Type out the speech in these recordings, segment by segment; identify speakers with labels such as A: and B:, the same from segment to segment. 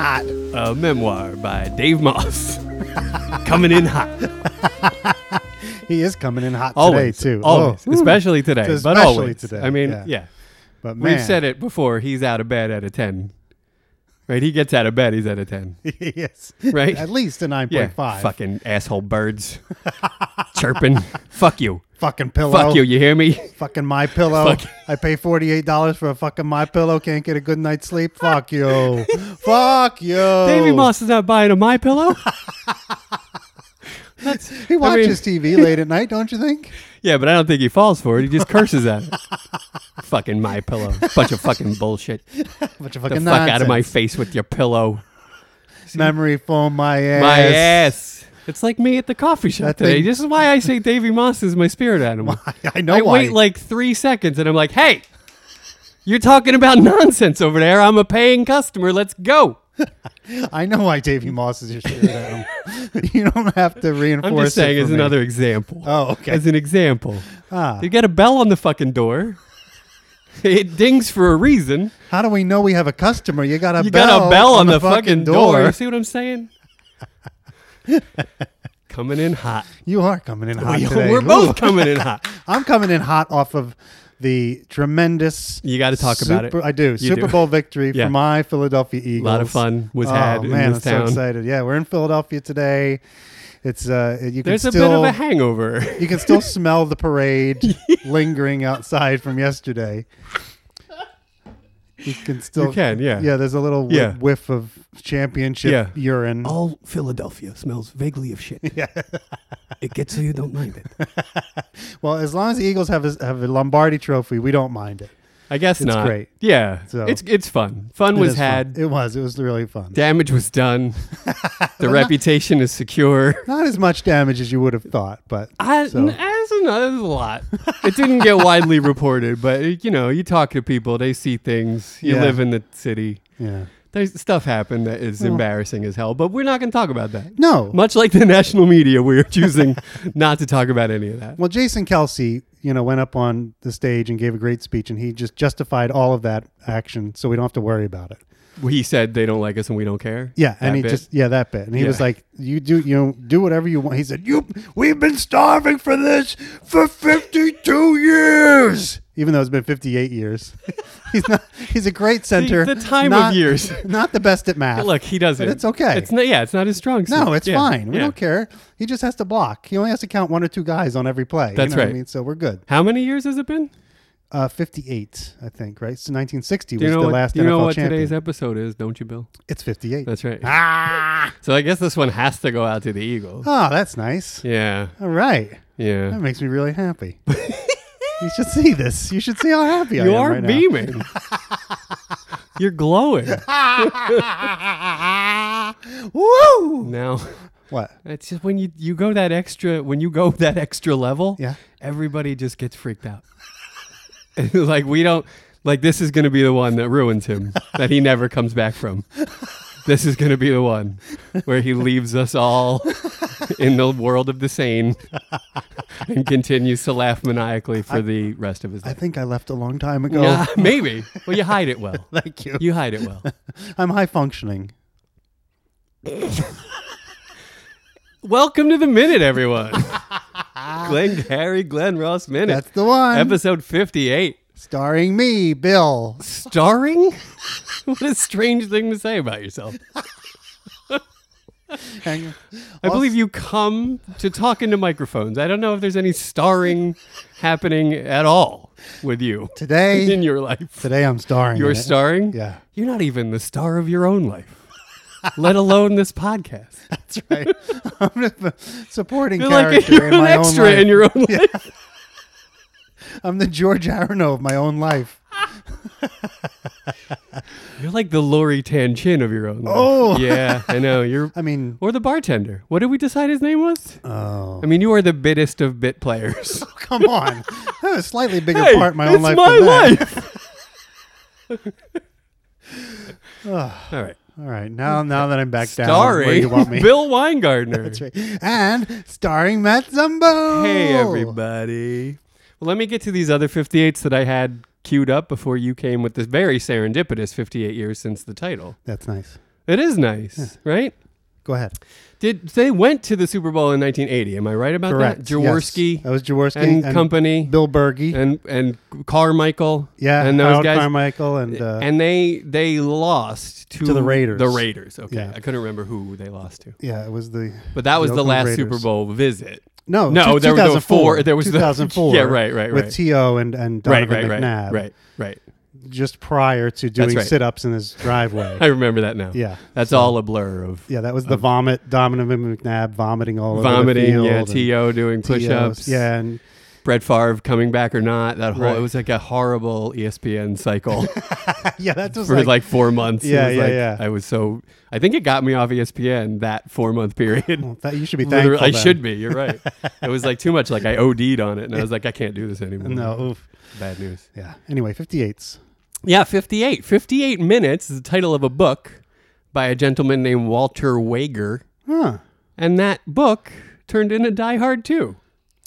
A: a memoir by Dave Moss. Coming in hot.
B: He is coming in hot
A: Always.
B: today too.
A: Always.
B: Oh,
A: especially today. but
B: Especially
A: always.
B: today,
A: I mean,
B: yeah.
A: yeah.
B: but man,
A: We've said it before. He's out of bed at a 10. Right? He gets out of bed. He's at a 10.
B: yes,
A: Right?
B: At least a nine
A: Yeah.
B: point five.
A: Fucking asshole birds chirping. Fuck you.
B: Fucking pillow.
A: Fuck you. You hear me?
B: Fucking my pillow.
A: Fuck.
B: I pay forty eight dollars for a fucking my pillow. Can't get a good night's sleep. Fuck you. Fuck you.
A: Davy Moss is not buying a my pillow. That's,
B: He
A: I mean,
B: watches TV late at night, don't you think?
A: yeah, but I don't think he falls for it. He just curses at it. fucking my pillow. Bunch of fucking bullshit.
B: Bunch of
A: the
B: fucking
A: fuck out of my face with your pillow.
B: memory foam. My ass.
A: My ass. It's like me at the coffee shop
B: That
A: today.
B: thing-
A: This is why I say Davy Moss is my spirit animal.
B: I know
A: I
B: why.
A: wait like three seconds and I'm like, hey, you're talking about nonsense over there. I'm a paying customer. Let's go.
B: I know why Davy Moss is your spirit animal. you don't have to reinforce.
A: I'm just saying
B: it
A: as
B: for me.
A: another example.
B: Oh, okay.
A: As an example.
B: Ah.
A: You got a bell on the fucking door. It dings for a reason.
B: How do we know we have a customer? You got a
A: You
B: bell
A: got a bell on, the, fucking, door. You See what I'm saying? coming in hot.
B: You are coming in hot
A: We,
B: today.
A: are both
B: Ooh.
A: coming in hot.
B: I'm coming in hot off of the tremendous.
A: You got to talk about it.
B: Super- I do.
A: You
B: Super
A: do.
B: Bowl victory
A: Yeah.
B: for my Philadelphia Eagles.
A: lot of fun was
B: oh,
A: had in
B: man,
A: this
B: I'm
A: town.
B: so excited. Yeah, we're in Philadelphia today. It's uh, you can
A: There's a bit
B: still
A: of a hangover.
B: you can still smell the parade lingering outside from yesterday. You can still
A: You can, yeah.
B: yeah. There's a little whi-
A: Yeah.
B: whiff of championship
A: Yeah. Oh,
B: urine.
A: All Philadelphia smells vaguely of shit. Yeah. it gets so you don't mind it.
B: Well, as long as the Eagles have a, have a Lombardi Trophy, we don't mind it.
A: I guess
B: It's
A: not.
B: great.
A: Yeah.
B: So-
A: It's it's fun. Fun
B: It
A: was
B: is fun.
A: had.
B: It was. It was really fun.
A: Damage was done. The reputation is secure.
B: Not as much damage as you would have thought, but
A: I,
B: so,
A: that's, an- that's a lot. It didn't get widely reported, but you know, you talk to people, they see things. You
B: Yeah.
A: live in the city.
B: yeah.
A: There's stuff happened that is embarrassing as hell, but we're not going to talk about that.
B: No.
A: Much like the national media, we are choosing not to talk about any of that.
B: well, Jason Kelsey, you know, went up on the stage and gave a great speech, and he just justified all of that action, so we don't have to worry about it.
A: He said they don't like us and we don't care.
B: Yeah,
A: That
B: and he
A: bit.
B: just yeah that bit, and he
A: Yeah.
B: was like, "You do you know, do whatever you want." He said, "You we've been starving for this for fifty two years." Even though it's been fifty eight years, he's not. He's a great center.
A: the time of
B: not-
A: years.
B: not the best at math.
A: look, he doesn't.
B: But it's okay.
A: It's not. Yeah, it's not his strong suit.
B: no, it's
A: Yeah,
B: fine. We
A: yeah.
B: don't care. He just has to block. He only has to count one or two guys on every play. you
A: That's
B: know what I
A: right.
B: mean, so we're good.
A: How many years has it been?
B: Uh, fifty eight, I think. Right, so nineteen sixty
A: Do you
B: was
A: know
B: the
A: what,
B: last
A: do you
B: NFL
A: know what
B: champion.
A: today's episode is? Don't you, Bill?
B: it's fifty eight.
A: That's right.
B: Ah,
A: So I guess this one has to go out to the Eagles.
B: oh, that's nice.
A: Yeah,
B: All right.
A: yeah.
B: That makes me really happy. you should see this. You should see how happy I
A: You
B: am
A: are
B: right now.
A: beaming. You're glowing.
B: Woo!
A: now
B: What?
A: it's just when you you go that extra when you go that extra level.
B: Yeah.
A: Everybody just gets freaked out. like we don't like this is gonna be the one that ruins him that he never comes back from. This is gonna be the one where he leaves us all in the world of the sane and continues to laugh maniacally for the rest of his
B: I
A: life.
B: think I left a long time ago.
A: Yeah, maybe. Well, you hide it well.
B: Thank you.
A: You hide it well.
B: I'm high functioning.
A: Welcome to the minute, everyone. Glenn Gary, Glenn Ross Minute.
B: That's the one.
A: episode 58.
B: Starring me, Bill.
A: Starring? what a strange thing to say about yourself.
B: And
A: I believe you come to talk into microphones. I don't know if there's any starring happening at all with you in
B: today,
A: your life.
B: today I'm starring.
A: You're
B: in it.
A: starring?
B: Yeah.
A: You're not even the star of your own life, let alone this podcast.
B: That's right. I'm just a supporting
A: You're like
B: character
A: you're
B: in
A: an
B: my
A: extra
B: own life.
A: in your own life.
B: I'm the George Arano of my own life.
A: You're like the Lori Tan Chin of your own life.
B: Oh.
A: Yeah, I know. You're
B: I mean,
A: Or the bartender. What did we decide his name was?
B: oh,
A: I mean, you are the biggest of bit players.
B: come on. That was a slightly bigger
A: Hey,
B: part of my
A: it's
B: own life.
A: my
B: than that.
A: life. All right.
B: All right, now now that I'm back down, where
A: Starring
B: you want me?
A: Bill Weingartner.
B: That's right. And starring Matt Zumbo.
A: Hey, everybody. Well, let me get to these other 58s that I had queued up before you came with this very serendipitous 58 years since the title.
B: That's nice.
A: It is nice, right?
B: Go ahead.
A: Did they went to the Super Bowl in 1980? Am I right about
B: Correct.
A: that? Jaworski
B: Yes. That was Jaworski
A: and,
B: and,
A: company
B: Bill Berge.
A: and and Carmichael.
B: yeah.
A: and those
B: Harold
A: guys.
B: Carmichael and, uh,
A: and they they lost to,
B: To the Raiders.
A: The Raiders. Okay,
B: Yeah.
A: I couldn't remember who they lost to,
B: yeah, it was the
A: but that was the,
B: Oakland
A: last
B: Raiders.
A: Super Bowl visit.
B: no
A: No,
B: two-
A: there were the
B: 2004.
A: four- there was the-
B: 2004.
A: Yeah, right, right,
B: With
A: right.
B: T.O. and and
A: Right,
B: Donovan
A: right, right,
B: McNabb,
A: right, right.
B: Just prior to doing
A: right.
B: sit-ups in his driveway.
A: I remember that now.
B: yeah,
A: that's all a blur of
B: yeah, that was the vomit. Donovan McNabb vomiting all over the
A: Um, vomiting.
B: field.
A: Yeah,
B: and
A: To doing
B: T.O.'s.
A: push-ups.
B: Yeah, and
A: Brett Favre coming back or not. That whole
B: Right.
A: it was like a horrible E ESPN cycle
B: yeah, that was
A: for
B: like,
A: like, four months. It
B: Yeah,
A: was
B: yeah,
A: like-
B: yeah.
A: I was so I think it got me off E ESPN that four month period.
B: well, "Oh, that, you should be
A: Literally-
B: thankful.
A: I
B: then.
A: should be. You're right. it was like too much. Like I OD'd on it, and I was like, I can't do this anymore.
B: No, oof.
A: bad news.
B: yeah. Anyway, 58s.
A: Yeah, 58. 58 minutes is the title of a book by a gentleman named Walter Wager,
B: Huh?
A: and that book turned into Die Hard 2,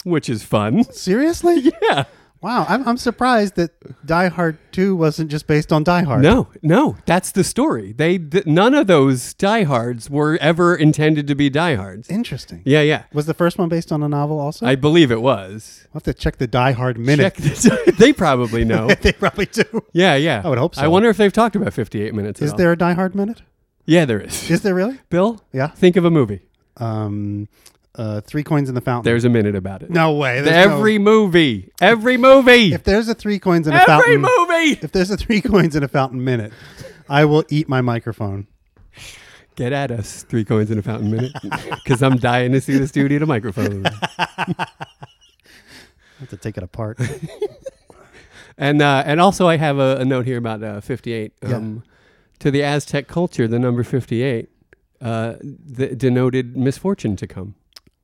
A: which is fun.
B: Seriously?
A: Yeah.
B: Wow, I'm, I'm surprised that Die Hard 2 wasn't just based on Die Hard.
A: No, no, that's the story. They th- none of those diehards were ever intended to be diehards.
B: Interesting.
A: Yeah, yeah,
B: Was the first one based on a novel also?
A: I believe it was.
B: I'll have to check the Die Hard minute.
A: Check this- they probably know.
B: they probably do.
A: Yeah, yeah.
B: I would hope so.
A: I wonder if they've talked about 58 minutes. at
B: Is
A: all.
B: there a Die Hard minute?
A: Yeah, there is.
B: Is there really?
A: Bill,
B: Yeah.
A: think of a movie.
B: Um, uh, Three Coins in the Fountain.
A: There's a minute about it.
B: no way. There's no-
A: every movie, every movie,
B: if there's a Three Coins in a
A: every
B: Fountain.
A: movie.
B: If there's a Three Coins in a Fountain minute, I will eat my microphone.
A: Get at us, three coins in a fountain minute, because I'm dying to see the studio to microphone.
B: I have to take it apart.
A: And uh, and also, I have a, a note here about uh, 58.
B: Yeah.
A: Um, To the Aztec culture, the number 58 uh, th- denoted misfortune to come.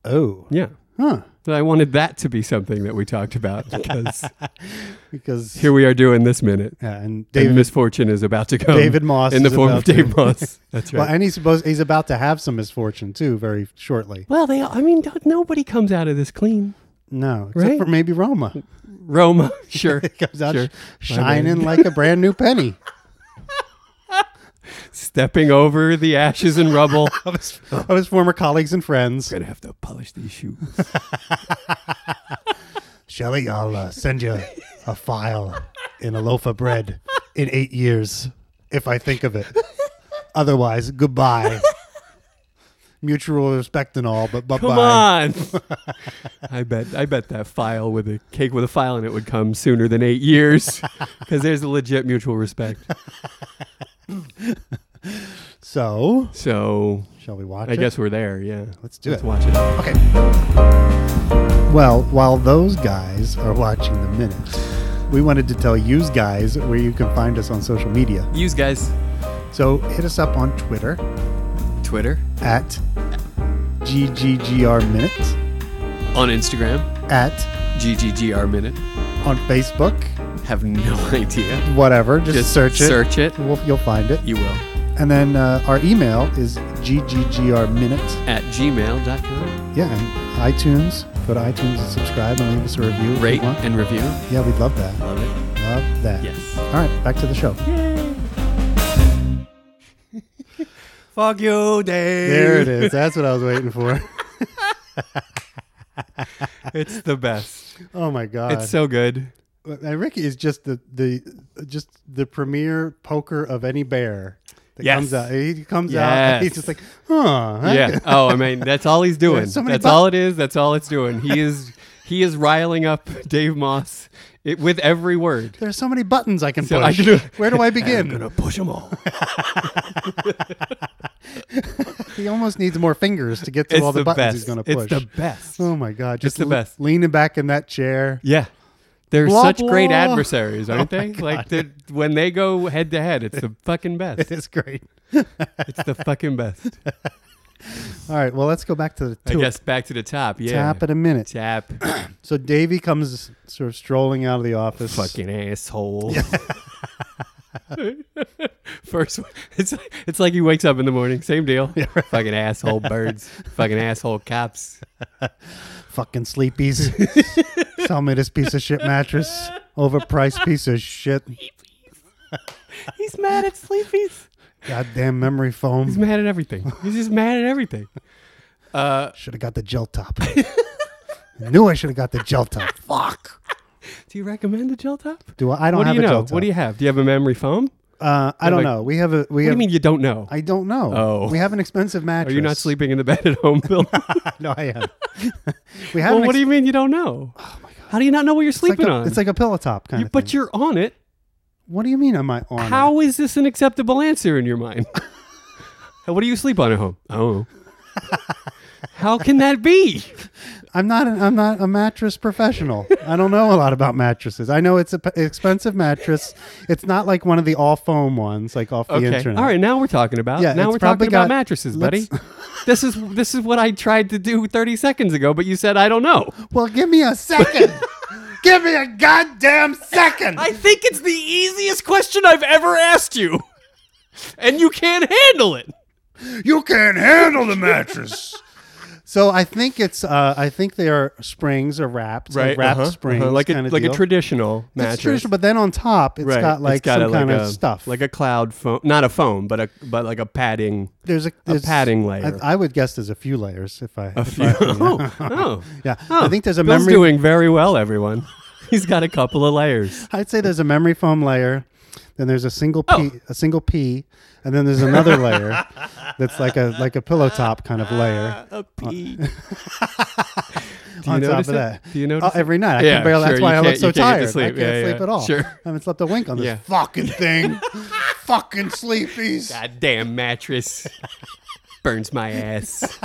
B: oh.
A: Yeah.
B: Huh.
A: But I wanted that to be something that we talked about because
B: Because
A: here we are doing this minute.
B: yeah, and
A: David,
B: David
A: misfortune is about to come.
B: David Moss
A: in the
B: is
A: form of
B: about to-
A: Dave Moss. That's right.
B: Well, and he's supposed he's about to have some misfortune too, very shortly.
A: Well, they. I mean, don't- nobody comes out of this clean.
B: No, except
A: Right?
B: for maybe Roma.
A: Roma, sure.
B: It comes out
A: Sure.
B: sh- shining like a brand new penny
A: Stepping over the ashes and rubble.
B: of his, of his former colleagues and friends.
A: Gonna have to polish these shoes.
B: Shelley, I'll uh, send you a file in a loaf of bread in eight years if I think of it. Otherwise, goodbye. Mutual respect and all, but bye
A: Come
B: bye.
A: on. I bet I bet that file with a cake with a file in it would come sooner than eight years because there's a legit mutual respect.
B: So,
A: So
B: shall we watch
A: I
B: it?
A: guess we're there. Yeah,
B: Let's do
A: Let's
B: it.
A: watch it.
B: Okay. Well, while those guys are watching the minute, we wanted to tell you guys where you can find us on social media.
A: Use guys,
B: So hit us up on Twitter
A: Twitter,
B: at GGGR Minute,
A: on Instagram,
B: at
A: GGGR minute.
B: on Facebook,
A: Have no idea.
B: whatever. Just, search it.
A: Search it.
B: We'll, you'll find it.
A: You will
B: And then uh, our email is GGGR Minute.
A: at gmail.com.
B: Yeah, and iTunes. Go to iTunes and subscribe and leave us a review. if you
A: Rate
B: want.
A: and review.
B: yeah, we'd love that.
A: Love it.
B: Love that.
A: Yes.
B: All right, back to the show.
A: Fuck you, Dave.
B: There it is. That's what I was waiting for.
A: It's the best.
B: Oh my god! Uh,
A: It's so good.
B: and Ricky is just the the just the premier poker of any bear that
A: Yes.
B: comes out. He comes out. And
A: Yes.
B: he's just like, huh? huh?"
A: Yeah. Oh, I mean, that's all he's doing.
B: There's so many
A: that's
B: bu-
A: all it is. That's all it's doing. He is he is riling up Dave Moss it, with every word.
B: There's so many buttons I can
A: So I
B: push.
A: can-
B: Where do I begin?
A: push them all.
B: he almost needs more fingers to get to
A: It's
B: all the,
A: the
B: buttons
A: best.
B: he's going to push.
A: It's the best.
B: oh my god! Just
A: the
B: le-
A: best.
B: leaning back in that chair.
A: Yeah. They're
B: Blah,
A: such great
B: blah. Oh
A: adversaries, aren't they? Like they're- when they go head to head, it's the fucking best.
B: It is great.
A: It's the fucking best.
B: All right. Well, let's go back to the
A: I
B: to
A: guess back to the top. Yeah.
B: tap in a minute.
A: Tap.
B: So Davy comes sort of strolling out of the office.
A: fucking asshole. First, one- it's it's like he wakes up in the morning, same deal. Fucking asshole birds, fucking asshole cops.
B: fucking sleepies. Sell me this piece of shit mattress. Overpriced piece of shit.
A: He's mad at Sleepy's.
B: Goddamn memory
A: He's
B: foam.
A: mad at everything. He's just mad at everything. Uh,
B: Should have got the gel top. I knew I should have got the gel top. Fuck.
A: do you recommend a gel top?
B: Do I? I don't
A: What do
B: have a
A: you know?
B: gel top.
A: What do you have? Do you have a memory foam?
B: uh, I
A: have
B: don't
A: a-
B: know. We have a. We
A: What do
B: have,
A: you mean you don't know?
B: I don't know.
A: Oh.
B: We have an expensive
A: Are
B: mattress.
A: you not sleeping in the bed at home, Bill?
B: no, I am. we have.
A: well,
B: an
A: what
B: ex-
A: do you mean you don't know? How do you not know what
B: Oh
A: you're
B: it's like
A: sleeping
B: a-
A: on?
B: It's like a pillow top kind
A: You-
B: of.
A: but
B: thing.
A: you're on it.
B: What do you mean? Am I on? it?
A: How is this an acceptable answer in your mind? what do you sleep on at home? Oh. How can that be?
B: I'm not. An, I'm not a mattress professional. I don't know a lot about mattresses. I know it's an expensive mattress. It's not like one of the all foam ones, like off the
A: Okay.
B: internet.
A: All right, now we're talking about
B: Yeah,
A: now
B: it's
A: we're
B: probably
A: talking about
B: got-
A: mattresses, buddy.
B: let's-
A: this is this is what I tried to do 30 seconds ago, but you said I don't know.
B: Well, give me a second. give me a goddamn second.
A: I think it's the easiest question I've ever asked you. And you can't handle it.
B: you can't handle the mattress. So I think it's uh, I think they are springs or wraps, like wrapped springs,
A: uh-huh, Like a
B: kind of
A: like
B: deal.
A: a traditional mattress.
B: It's traditional, but then on top it's
A: Right.
B: got like
A: it's got
B: some
A: a,
B: kind
A: like
B: of
A: a-
B: stuff.
A: like a cloud foam, not a foam, but a but like a padding.
B: there's a, there's-
A: padding layer.
B: I, I would guess there's a few layers if I
A: A few. Oh, oh.
B: yeah.
A: Oh,
B: I think there's a
A: Bill's
B: memory.
A: doing very well, everyone. He's got a couple of layers.
B: I'd say there's a memory foam layer. Then there's a single P,
A: Oh.
B: a single P, and then there's another layer that's like a like a pillow top kind
A: Ah.
B: of layer
A: A pee. Do you
B: on top of
A: notice it?
B: that.
A: Do you notice
B: Oh, every night I
A: Yeah,
B: can barely.
A: sure,
B: that's why
A: you
B: I look
A: can't-
B: so
A: you can't
B: tired.
A: get to
B: I
A: sleep.
B: can't
A: Yeah,
B: sleep
A: yeah.
B: at all.
A: Sure.
B: I haven't slept a wink on this
A: Yeah.
B: fucking thing. fucking sleepies.
A: Goddamn mattress burns my ass.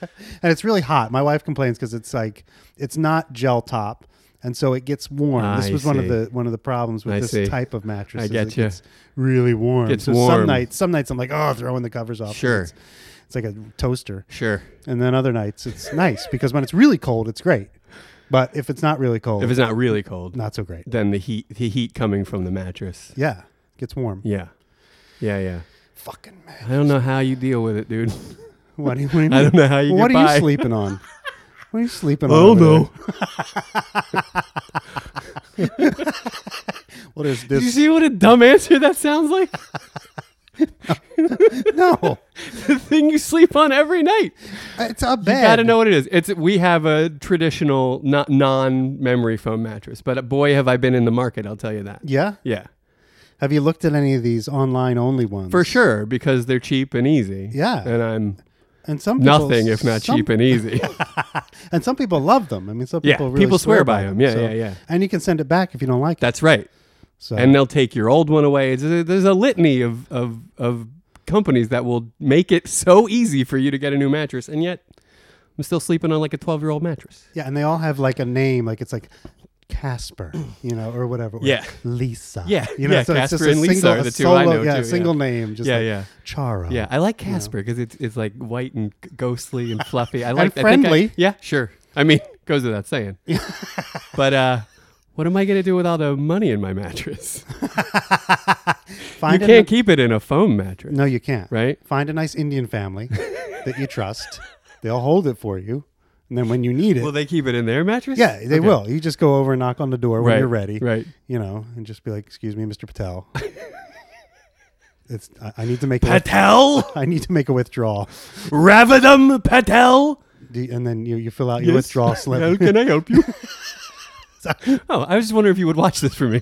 B: And it's really hot. My wife complains because it's like it's not gel top, and so it gets warm. this
A: I
B: was one of
A: see.
B: the one of the problems with
A: I
B: this
A: see.
B: type of mattress.
A: I
B: is
A: get
B: it
A: you.
B: Gets really warm.
A: Gets
B: so Some
A: warm.
B: nights, some nights I'm like, oh, throwing the covers off. 'cause
A: Sure.
B: It's, it's like a toaster.
A: Sure.
B: And then other nights it's nice because when it's really cold, it's great. But if it's not really cold,
A: If it's not really cold,
B: not so great.
A: then the heat the heat coming from the mattress.
B: Yeah, gets warm.
A: Yeah. Yeah, yeah.
B: Fucking man.
A: I don't know how you deal with it, dude.
B: What do you, what do you mean?
A: I don't know how you
B: Well,
A: get
B: what are
A: by.
B: you sleeping on? What are you sleeping on?
A: Oh
B: over
A: no!
B: there? Well, there's
A: Did you
B: this.
A: see what a dumb answer that sounds like?
B: no,
A: the thing you sleep on every night.
B: it's a
A: You
B: bed.
A: gotta know what it is. It's we have a traditional, not non-memory foam mattress, but boy, have I been in the market. I'll tell you that.
B: Yeah.
A: Yeah,
B: Have you looked at any of these online only ones?
A: for sure, because they're cheap and easy.
B: Yeah.
A: and I'm
B: And some people,
A: nothing if not
B: some-
A: cheap and easy.
B: And some people love them. I mean, some
A: Yeah,
B: people really
A: people swear by 'em. Yeah,
B: so-
A: yeah, yeah.
B: And you can send it back if you don't like it.
A: That's right.
B: So
A: And they'll take your old one away. It's a- There's a litany of of of companies that will make it so easy for you to get a new mattress, and yet I'm still sleeping on like a 12 year old mattress.
B: yeah, and they all have like a name, like it's like Casper, you know, or whatever. or
A: Yeah.
B: Lisa.
A: Yeah,
B: you know,
A: yeah,
B: so it's
A: Casper
B: just a
A: and Lisa
B: single,
A: are
B: a
A: the two I
B: solo-
A: know,
B: yeah,
A: too,
B: a single name, just
A: Yeah,
B: like
A: yeah.
B: Chara.
A: Yeah, I like Casper because it's it's like white and g- ghostly and fluffy. I like I think I-
B: friendly.
A: yeah, sure. I mean, goes without saying. but uh, what am I gonna do with all the money in my mattress? You
B: Find a-
A: can't keep it in a foam mattress,
B: No, you can't.
A: right?
B: Find a nice Indian family that you trust. They'll hold it for you, and then when you need it,
A: Will they keep it in their mattress?
B: yeah, they
A: Okay.
B: will. You just go over and knock on the door when
A: Right,
B: you're ready.
A: Right.
B: you know, and just be like, "Excuse me, Mr. Patel. it's I, I need to make a with-
A: Patel,
B: I need to make a withdrawal,
A: Ravadam Patel.
B: Do you- and then you you fill out your
A: Yes.
B: withdrawal
A: How
B: slip.
A: can I help you? oh, I was just wondering if you would watch this for me.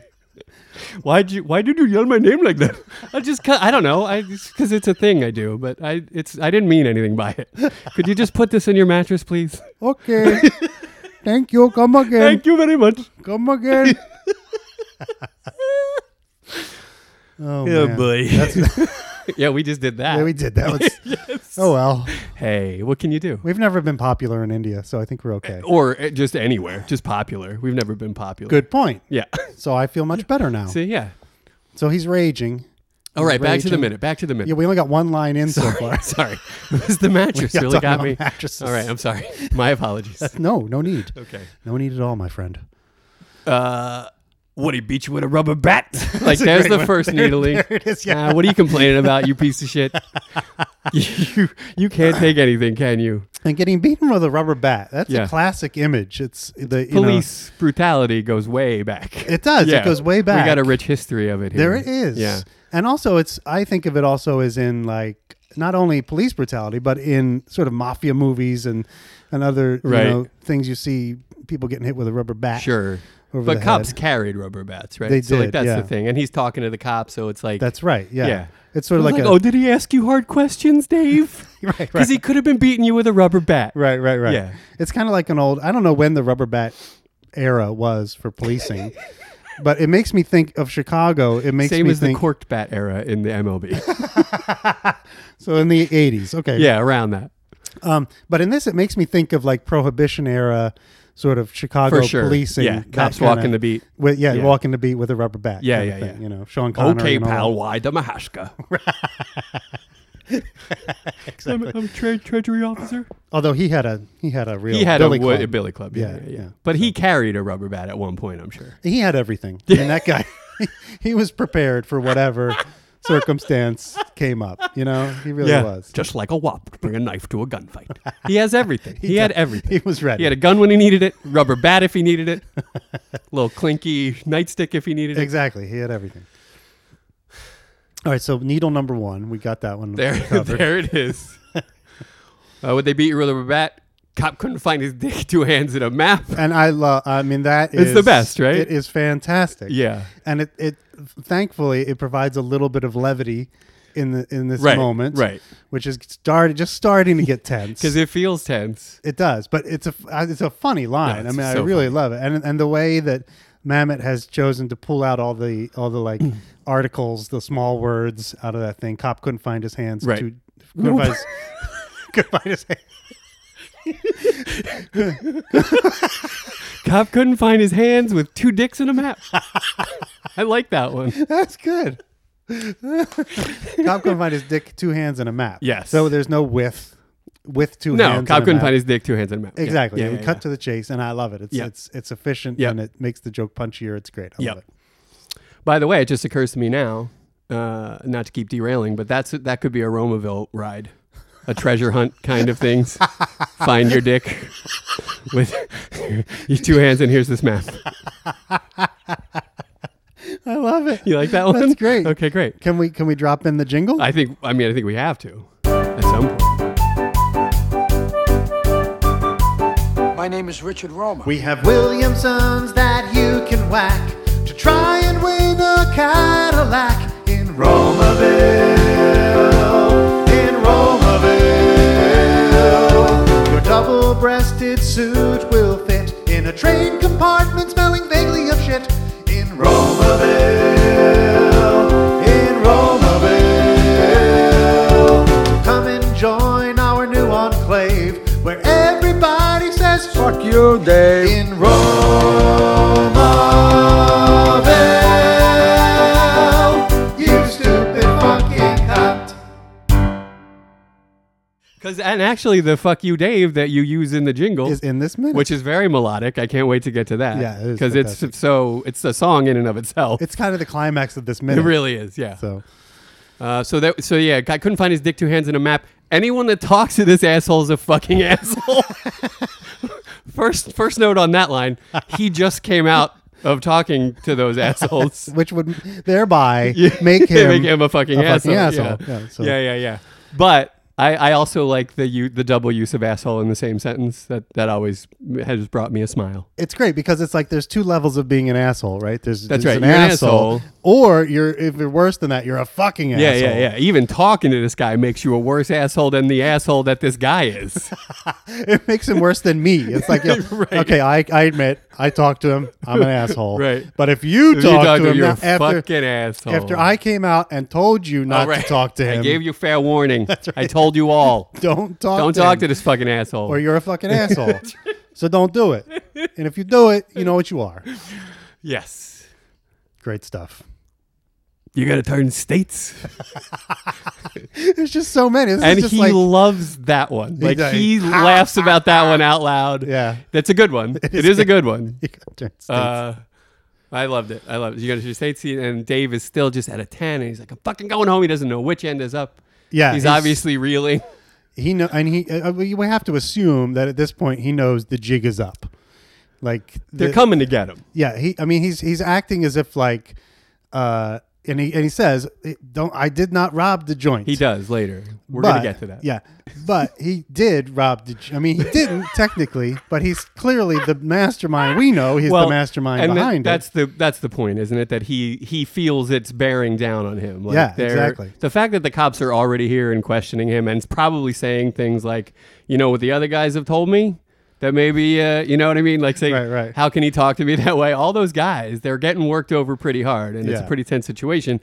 A: Why'd you? Why did you yell my name like that? I just, ca- I don't know. I because it's a thing I do, but I, it's, I didn't mean anything by it. Could you just put this in your mattress, please?
B: okay, thank you. Come again.
A: Thank you very much.
B: Come again. oh man.
A: boy. yeah, we just did that.
B: Yeah, we did that. Was, Oh well,
A: hey, what can you do?
B: we've never been popular in India, so I think we're okay.
A: Or uh, just anywhere, just popular. We've never been popular.
B: Good point.
A: Yeah.
B: So I feel much better now.
A: See, yeah.
B: So he's raging.
A: All right, back to the
B: Raging.
A: minute. Back to the minute.
B: Yeah, we only got one line in so far.
A: sorry. It was the mattress
B: got
A: really
B: done
A: got
B: on
A: me.
B: mattresses.
A: All right, I'm sorry. My apologies.
B: No, no need.
A: okay.
B: No need at all, my friend.
A: Uh, What he beat you with a rubber bat? like
B: a
A: there's
B: great
A: the
B: one.
A: first
B: There-
A: needling.
B: there it is, yeah.
A: Ah, what are you complaining about, you piece of shit? you you can't take anything, can you?
B: and getting beaten with a rubber bat. That's
A: Yeah.
B: a classic image. It's the you know-
A: Police brutality goes way back.
B: it does. It goes way back.
A: We got a rich history of it. Here.
B: There it is.
A: Yeah.
B: And also, it's I think of it also as in like not only police brutality, but in sort of mafia movies and and other
A: Right.
B: you know things you see people getting hit with a rubber bat.
A: Sure.
B: over
A: But
B: the
A: cops
B: head.
A: carried rubber bats, right?
B: They
A: so like
B: did,
A: that's
B: yeah.
A: the thing. And he's talking to the cop, so it's like
B: That's right. Yeah.
A: Yeah.
B: It's sort of
A: Like,
B: like,
A: oh,
B: a
A: did he ask you hard questions, Dave?
B: Right,
A: Because
B: right.
A: he could have been beating you with a rubber bat.
B: right, right, right.
A: Yeah.
B: It's kind of like an old. I don't know when the rubber bat era was for policing. But it makes me think of Chicago. It makes
A: Same
B: me
A: as
B: think
A: the corked bat era in the MLB.
B: so in the eighties. Okay,
A: yeah, around that.
B: Um, but in this, it makes me think of like Prohibition era sort of Chicago
A: For sure.
B: policing.
A: Yeah,
B: that
A: cops
B: kinda-
A: walking the beat.
B: With, yeah,
A: Yeah.
B: walking the beat with a rubber bat.
A: Yeah,
B: kinda
A: yeah, yeah.
B: You know, Sean Connery.
A: okay,
B: and all
A: pal,
B: that.
A: why the Mahashka? I'm, I'm tre- treasury officer.
B: Although he had a he had a real
A: He had
B: billy
A: a wood
B: club.
A: a billy club. Yeah, yeah,
B: Yeah,
A: yeah.
B: yeah.
A: But he carried a rubber bat at one point, I'm sure.
B: He had everything. I mean, that guy, he was prepared for whatever circumstance came up. You know, he really was.
A: Just like a wop, bring a knife to a gunfight. he has everything. He, had everything.
B: He was ready.
A: He had a gun when he needed it, rubber bat if he needed it, little clinky nightstick if he needed it.
B: exactly. He had everything. All right, so needle number one, we got that one
A: There,
B: covered.
A: there it is. uh, would they beat you with a rubber bat? Cop couldn't find his dick, two hands in a map.
B: And I love. I mean, that
A: It's
B: is-
A: the best, right?
B: It is fantastic.
A: Yeah.
B: and it, it thankfully it provides a little bit of levity in the in this
A: Right,
B: moment,
A: right.
B: Which is started just starting to get tense
A: Because it feels tense.
B: it does, but it's a uh, it's a funny line. I
A: No, it's
B: mean, I
A: so
B: really love it, and and the way that Mamet has chosen to pull out all the all the like articles, the small words out of that thing. Cop couldn't find his hands.
A: Right.
B: To, couldn't find his, couldn't find his hands.
A: Cop couldn't find his hands with two dicks in a map. I like that one.
B: That's good. Cop couldn't find his dick, two hands, and a map.
A: Yes.
B: So there's no with, with two hands.
A: No,
B: and
A: cop
B: a
A: couldn't
B: map.
A: find his dick, two hands in a map. Yeah,
B: Exactly.
A: Yeah,
B: we
A: yeah,
B: cut
A: yeah.
B: to the chase, and I love it. It's
A: Yeah.
B: it's it's efficient
A: Yeah.
B: and it makes the joke punchier. It's great. I
A: Yeah.
B: love it.
A: By the way, it just occurs to me now, uh, not to keep derailing, but that's that could be a Romaville ride, a treasure hunt kind of things. Find your dick with your two hands, and here's this map.
B: I love it.
A: You like that one?
B: That's great.
A: Okay, great.
B: Can we can we drop in the jingle?
A: I think. I mean, I think we have to at some point.
C: My name is Richard Roma.
B: we have Williamsons that you can whack to try and win a Cadillac in Romaville. In Romaville, your double-breasted suit will fit in a train compartment smelling vaguely of shit. In Romaville. In Romaville. Come and join our new enclave where everybody says fuck you, Dave. In Romaville, you stupid fucking cunt.
A: Because and actually, the "fuck you, Dave" that you use in the jingle
B: Is in this minute.
A: which is very melodic. I can't wait to get to that.
B: Yeah, it is
A: because it's
B: fantastic.
A: so it's a song in and of itself.
B: it's kind of the climax of this
A: it
B: minute.
A: really is. Yeah.
B: So
A: Uh, so that so yeah, I couldn't find his dick two hands in a map. Anyone that talks to this asshole is a fucking asshole. first first note on that line, he just came out of talking to those assholes.
B: which would thereby make
A: They
B: him
A: make him a fucking
B: a
A: asshole.
B: fucking
A: Yeah.
B: asshole. Yeah, so-
A: yeah, yeah, yeah. But I, I also like the u- the double use of asshole in the same sentence. That that always has brought me a smile.
B: it's great because it's like there's two levels of being an asshole, right? There's
A: That's
B: there's
A: right, you're an asshole.
B: or you're if you're worse than that, you're a fucking
A: Yeah,
B: asshole.
A: yeah, yeah. Even talking to this guy makes you a worse asshole than the asshole that this guy is.
B: it makes him worse than me. It's like, yo,
A: Right.
B: okay, I, I admit I talked to him. I'm an asshole.
A: Right.
B: But if you
A: If you
B: talk
A: talk
B: to
A: to him,
B: him
A: you're
B: now,
A: a
B: after,
A: fucking asshole.
B: after I came out and told you
A: All
B: not
A: right.
B: to talk to him,
A: Oh. I gave you fair warning. I told you all.
B: don't talk.
A: Don't
B: to
A: talk
B: him,
A: to this fucking asshole.
B: or you're a fucking asshole. so don't do it. And if you do it, you know what you are.
A: yes.
B: Great stuff.
A: You got to turn states.
B: There's just so many. This
A: and
B: is just
A: he
B: like
A: loves that one. Like
B: does.
A: he laughs about that one out loud.
B: Yeah.
A: That's a good one. It is, a good one.
B: Turn states.
A: Uh, I loved it. I loved it. You go to the state scene, and Dave is still just at a 10, and he's like, I'm fucking going home. He doesn't know which end is up.
B: Yeah,
A: he's, obviously reeling.
B: he know, and he. Uh, we we have to assume that at this point he knows the jig is up. Like
A: They're
B: the-
A: coming to get him.
B: Yeah, he. I mean, he's he's acting as if like, uh, and he and he says, "Don't I did not rob the joint."
A: He does later. We're
B: but,
A: going to get to that.
B: Yeah, but he did rob the. j- I mean, he didn't technically, but he's clearly the mastermind. We know he's the mastermind
A: and th-
B: behind
A: that's
B: it.
A: the that's the point, isn't it? That he he feels it's bearing down on him. Like
B: Yeah,
A: they're-
B: exactly.
A: The fact that the cops are already here and questioning him, and it's probably saying things like, you know, what the other guys have told me. That maybe uh, you know what I mean, like saying,
B: Right, right.
A: "How can he talk to me that way?" All those guys, they're getting worked over pretty hard, and it's a
B: Yeah.
A: pretty tense situation.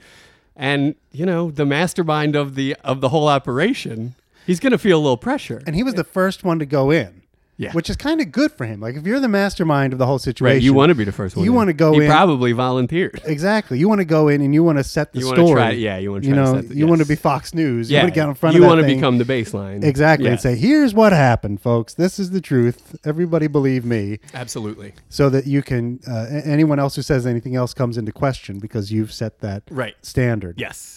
A: And you know, the mastermind of the of the whole operation, he's going to feel a little pressure.
B: And he was the first one to go in.
A: Yeah.
B: Which is kind of good for him. Like if you're the mastermind of the whole situation,
A: right, you want to be the first one.
B: You
A: in.
B: want to go
A: He
B: in.
A: probably volunteered.
B: Exactly. You want to go in and you want to set the
A: You wanna
B: story.
A: try- yeah, you wanna
B: You
A: try to
B: know,
A: set the-
B: you want to
A: yes.
B: be Fox News.
A: Yeah,
B: You want to get in front
A: you
B: of that
A: wanna
B: thing.
A: become the baseline.
B: exactly
A: Yeah.
B: and say, "Here's what happened, folks. This is the truth. Everybody believe me."
A: Absolutely.
B: So that you can uh, a- anyone else who says anything else comes into question because you've set that
A: Right.
B: standard.
A: Yes.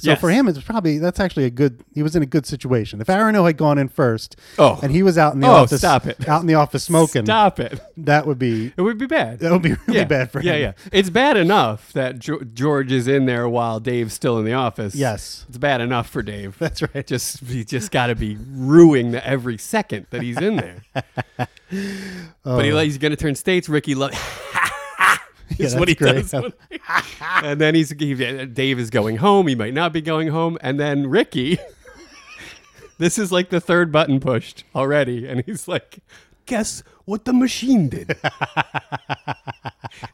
B: So for him, it's probably that's actually a good. He was in a good situation. If Arano had gone in first,
A: Oh.
B: and he was out in the
A: Oh,
B: office,
A: stop it.
B: out in the office smoking,
A: Stop it.
B: that would be
A: It would be bad.
B: that would be really
A: yeah.
B: bad for
A: Yeah,
B: him.
A: yeah. It's bad enough that Geo- George is in there while Dave's still in the office.
B: Yes.
A: It's bad enough for Dave.
B: That's right.
A: Just he just got to be ruining the every second that he's in there. But he, he's going to turn states. Ricky Love.
B: Oh. Yeah,
A: is
B: that's
A: what he
B: great.
A: does. when- and then he's he, Dave is going home. He might not be going home. And then Ricky, this is like the third button pushed already, and he's like, "Guess what the machine did."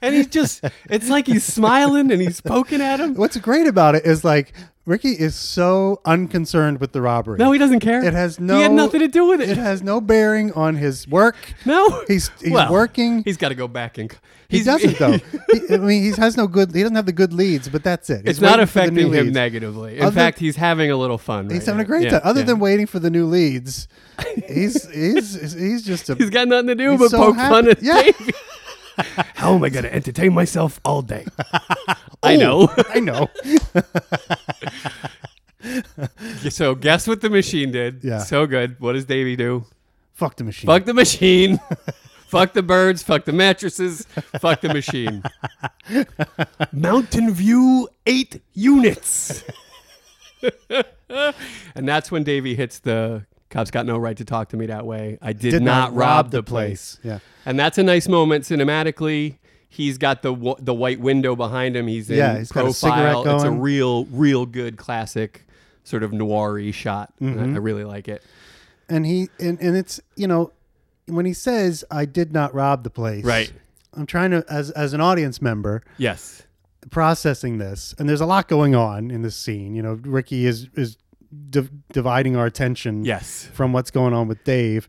A: and he's just, it's like he's smiling and he's poking at him.
B: What's great about it is like Ricky is so unconcerned with the robbery.
A: No, he doesn't care.
B: It has no.
A: He had nothing to do with it.
B: It has no bearing on his work.
A: no,
B: He's he's
A: Well,
B: working.
A: He's got to go back and
B: he
A: he's-
B: doesn't though. He- I mean, he has no good. He doesn't have the good leads, but that's it. He's
A: It's not
B: waiting for the new
A: affecting him
B: leads.
A: negatively. In
B: Other-
A: fact, he's having a little fun. Right
B: He's having a
A: now.
B: great
A: Yeah,
B: time. Other
A: yeah.
B: than waiting for the new leads, he's he's he's just a
A: He's got nothing to do
B: He's
A: but
B: so
A: poke fun
B: happy.
A: at
B: Yeah.
A: Davey. How am I going to entertain myself all day? I know.
B: I know.
A: so guess what the machine did?
B: Yeah.
A: So good. What does Davey do?
B: Fuck the machine.
A: Fuck the machine. fuck the birds. Fuck the mattresses. Fuck the machine. Mountain View eight units. and that's when Davey hits the cops got no right to talk to me that way. I did, not, rob the place.
B: Yeah.
A: And that's a nice moment cinematically. He's got the wa- the white window behind him. He's in
B: Yeah, he's got a
A: profile.
B: cigarette
A: it's a
B: going.
A: real, real good classic sort of noiry shot.
B: Mm-hmm.
A: I, I really like it.
B: And he and, and it's you know when he says I did not rob the place.
A: Right.
B: I'm trying to as as an audience member
A: Yes.
B: processing this and there's a lot going on in this scene. You know, Ricky is is div- dividing our attention.
A: Yes.
B: from what's going on with Dave.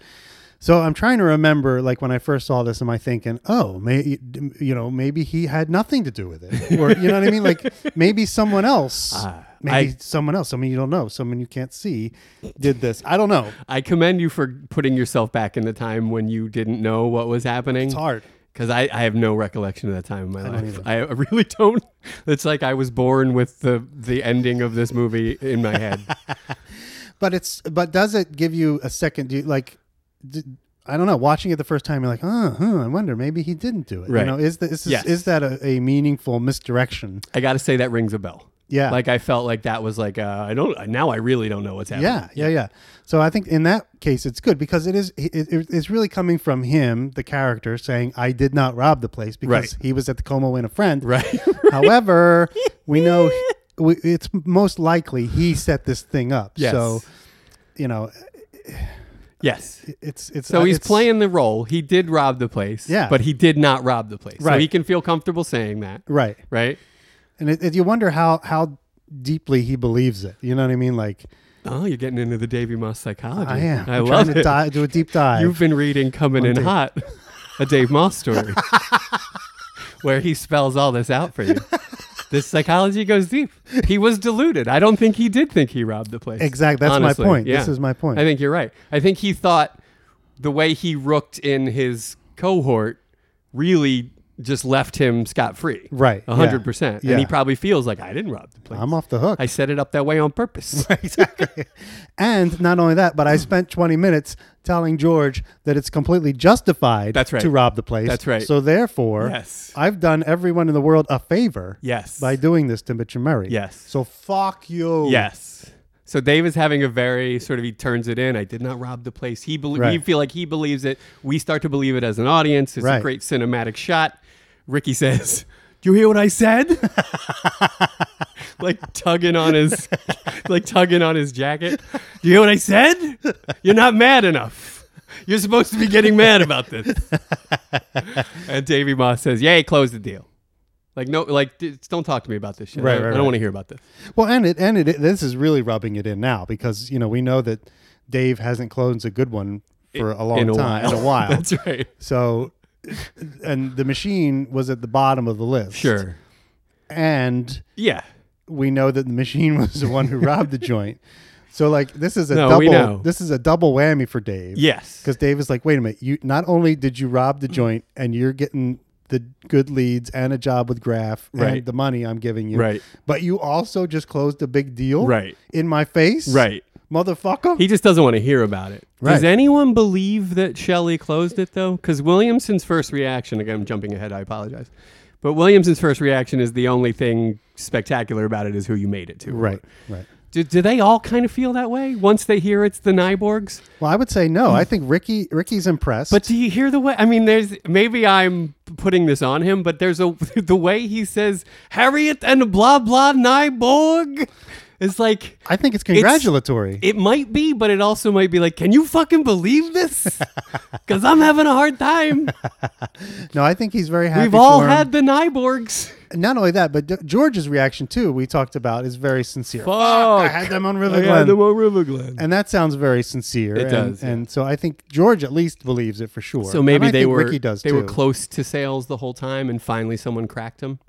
B: So I'm trying to remember, like when I first saw this, am I thinking, oh, may, you know, maybe he had nothing to do with it, or you know what I mean? Like maybe someone else,
A: Ah,
B: maybe
A: I-
B: someone else, someone you don't know, someone you can't see, did this. I don't know.
A: I commend you for putting yourself back in the time when you didn't know what was happening.
B: It's hard.
A: Because I, I have no recollection of that time in my
B: don't
A: life. I really don't. It's like I was born with the, the ending of this movie in my head.
B: But it's but does it give you a second? Do you, like, d I don't know. Watching it the first time, you're like, oh, huh, I wonder. Maybe he didn't do it.
A: Right.
B: You know, is this is,
A: Yes.
B: is that a, a meaningful misdirection?
A: I got to say, that rings a bell.
B: Yeah.
A: Like I felt like that was like uh, I don't now I really don't know what's happening.
B: Yeah, yeah, yeah. So I think in that case it's good because it is it, it- it's really coming from him, the character, saying I did not rob the place because
A: Right.
B: he was at the Como and a friend.
A: Right.
B: However, we know we, it's most likely he set this thing up.
A: Yes.
B: So you know,
A: Yes.
B: it's it's uh,
A: So he's
B: it's-
A: playing the role. He did rob the place.
B: Yeah.
A: But he did not rob the place. So
B: Right.
A: he can feel comfortable saying that.
B: right,
A: Right.
B: and it, it, you wonder how how deeply he believes it. You know what I mean? Like
A: Oh, you're getting into the Davy Moss psychology.
B: I am.
A: I
B: I'm
A: love
B: trying to
A: it.
B: di- do a deep dive.
A: You've been reading Coming in
B: Dave.
A: Hot, a Dave Moss story, where he spells all this out for you. This psychology goes deep. He was deluded. I don't think he did think he robbed the place.
B: Exact- that's my
A: Honestly,
B: point. This is my point.
A: I think you're right. I think he thought the way he rooked in his cohort really just left him scot free.
B: Right,
A: A hundred percent. And he
B: yeah.
A: probably feels like I didn't rob the place.
B: I'm off the hook.
A: I set it up that way on purpose.
B: exactly. And not only that, but I spent 20 minutes telling George that it's completely justified
A: That's right.
B: to rob the place.
A: That's right.
B: So therefore,
A: Yes.
B: I've done everyone in the world a favor
A: Yes.
B: by doing this to Mitch and Murray.
A: Yes.
B: So fuck you.
A: Yes. So Dave is having a very sort of he turns it in. I did not rob the place. He bel- we
B: Right.
A: feel like he believes it. We start to believe it as an audience. It's a
B: Right.
A: great cinematic shot. Ricky says, "Do you hear what I said?" like tugging on his like tugging on his jacket. Do you hear what I said? You're not mad enough. You're supposed to be getting mad about this. and Davey Moss says, "Yay, close the deal." Like no, like d- don't talk to me about this shit.
B: Right,
A: I,
B: right,
A: I don't
B: right.
A: want to hear about this.
B: Well, and it and it this is really rubbing it in now because you know we know that Dave hasn't closed a good one for a long
A: in a
B: time
A: while.
B: in a while.
A: That's right.
B: So, and the machine was at the bottom of the list.
A: Sure.
B: And
A: Yeah.
B: we know that the machine was the one who robbed the joint. So like this is a
A: No, we know.
B: double this is a double whammy for Dave.
A: Yes.
B: Because Dave is like, wait a minute, you not only did you rob the joint and you're getting the good leads and a job with Graf
A: Right.
B: and the money I'm giving you.
A: Right.
B: But you also just closed a big deal
A: Right.
B: in my face.
A: Right.
B: Motherfucker.
A: He just doesn't want to hear about it.
B: Right.
A: Does anyone believe that Shelley closed it though? Because Williamson's first reaction, again, I'm jumping ahead, I apologize. But Williamson's first reaction is the only thing spectacular about it is who you made it to.
B: right. Right.
A: Do, do they all kind of feel that way once they hear it's the Nyborgs?
B: Well, I would say no. I think Ricky Ricky's impressed.
A: But do you hear the way? I mean, there's maybe I'm putting this on him, but there's a the way he says Harriet and blah blah Nyborg. It's like
B: I think it's congratulatory.
A: It might be, but it also might be like, can you fucking believe this? Because I'm having a hard time.
B: no, I think he's very happy.
A: We've all
B: for him.
A: had the Nyborgs.
B: not only that, but D- George's reaction too. We talked about is very sincere. Fuck, I had them on River Glen,
A: on River Glen.
B: and that sounds very sincere.
A: It
B: and,
A: does, yeah.
B: and so I think George at least believes it for sure.
A: so maybe
B: And I
A: they
B: think
A: were
B: Ricky does
A: they
B: too.
A: were close to sales the whole time, and finally someone cracked them.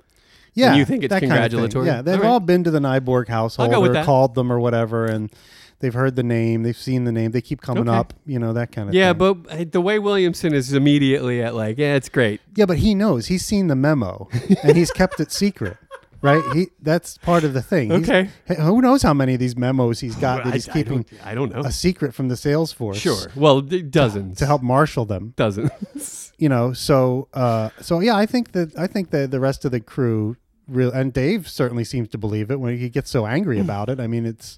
B: Yeah,
A: and you think it's
B: that kind of thing.
A: congratulatory?
B: yeah, they've
A: All right.
B: all been to the Nyborg household
A: go with
B: or
A: that.
B: called them or whatever, and they've heard the name, they've seen the name, they keep coming
A: Okay.
B: up. You know that kind of
A: Yeah,
B: thing.
A: but uh, the way Williamson is immediately at like, yeah, it's great.
B: yeah, but he knows he's seen the memo and he's kept it secret. Right, he that's part of the thing. He's-
A: Okay.
B: who knows how many of these memos he's got that
A: I,
B: he's
A: I
B: keeping
A: don't, I don't know.
B: a secret from the sales force.
A: Sure. Well, d- dozens.
B: To help marshal them,
A: Dozens.
B: you know. So, uh, so yeah, I think that I think that the rest of the crew, real and Dave certainly seems to believe it when he gets so angry
A: Mm.
B: about it. I mean, it's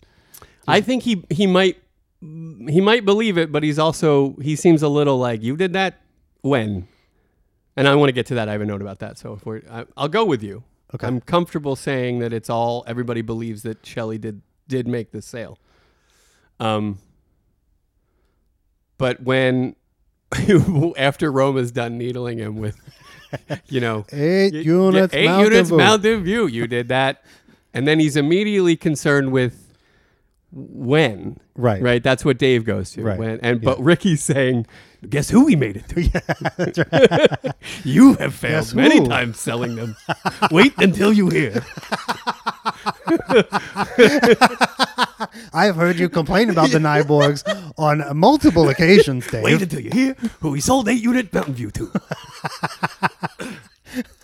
A: I think he he might he might believe it, but he's also he seems a little like you did that when, and I want to get to that. I have a note about that, so if we're I, I'll go with you.
B: Okay.
A: I'm comfortable saying that it's all everybody believes that Shelley did did make the sale. Um, but when after Roma's done needling him with, you know,
B: eight
A: you-
B: units,
A: eight
B: Mountain
A: units
B: View.
A: Mountain View. You did that, and then he's immediately concerned with when.
B: Right.
A: Right. That's what Dave goes to.
B: Right.
A: When, and but Ricky's saying, "Guess who we made it to? you have failed
B: Guess
A: many
B: who?
A: times selling them. Wait until you hear."
B: I've heard you complain about the Nyborgs on multiple occasions, Dave.
A: Wait until you hear who he sold eight unit Mountain View to.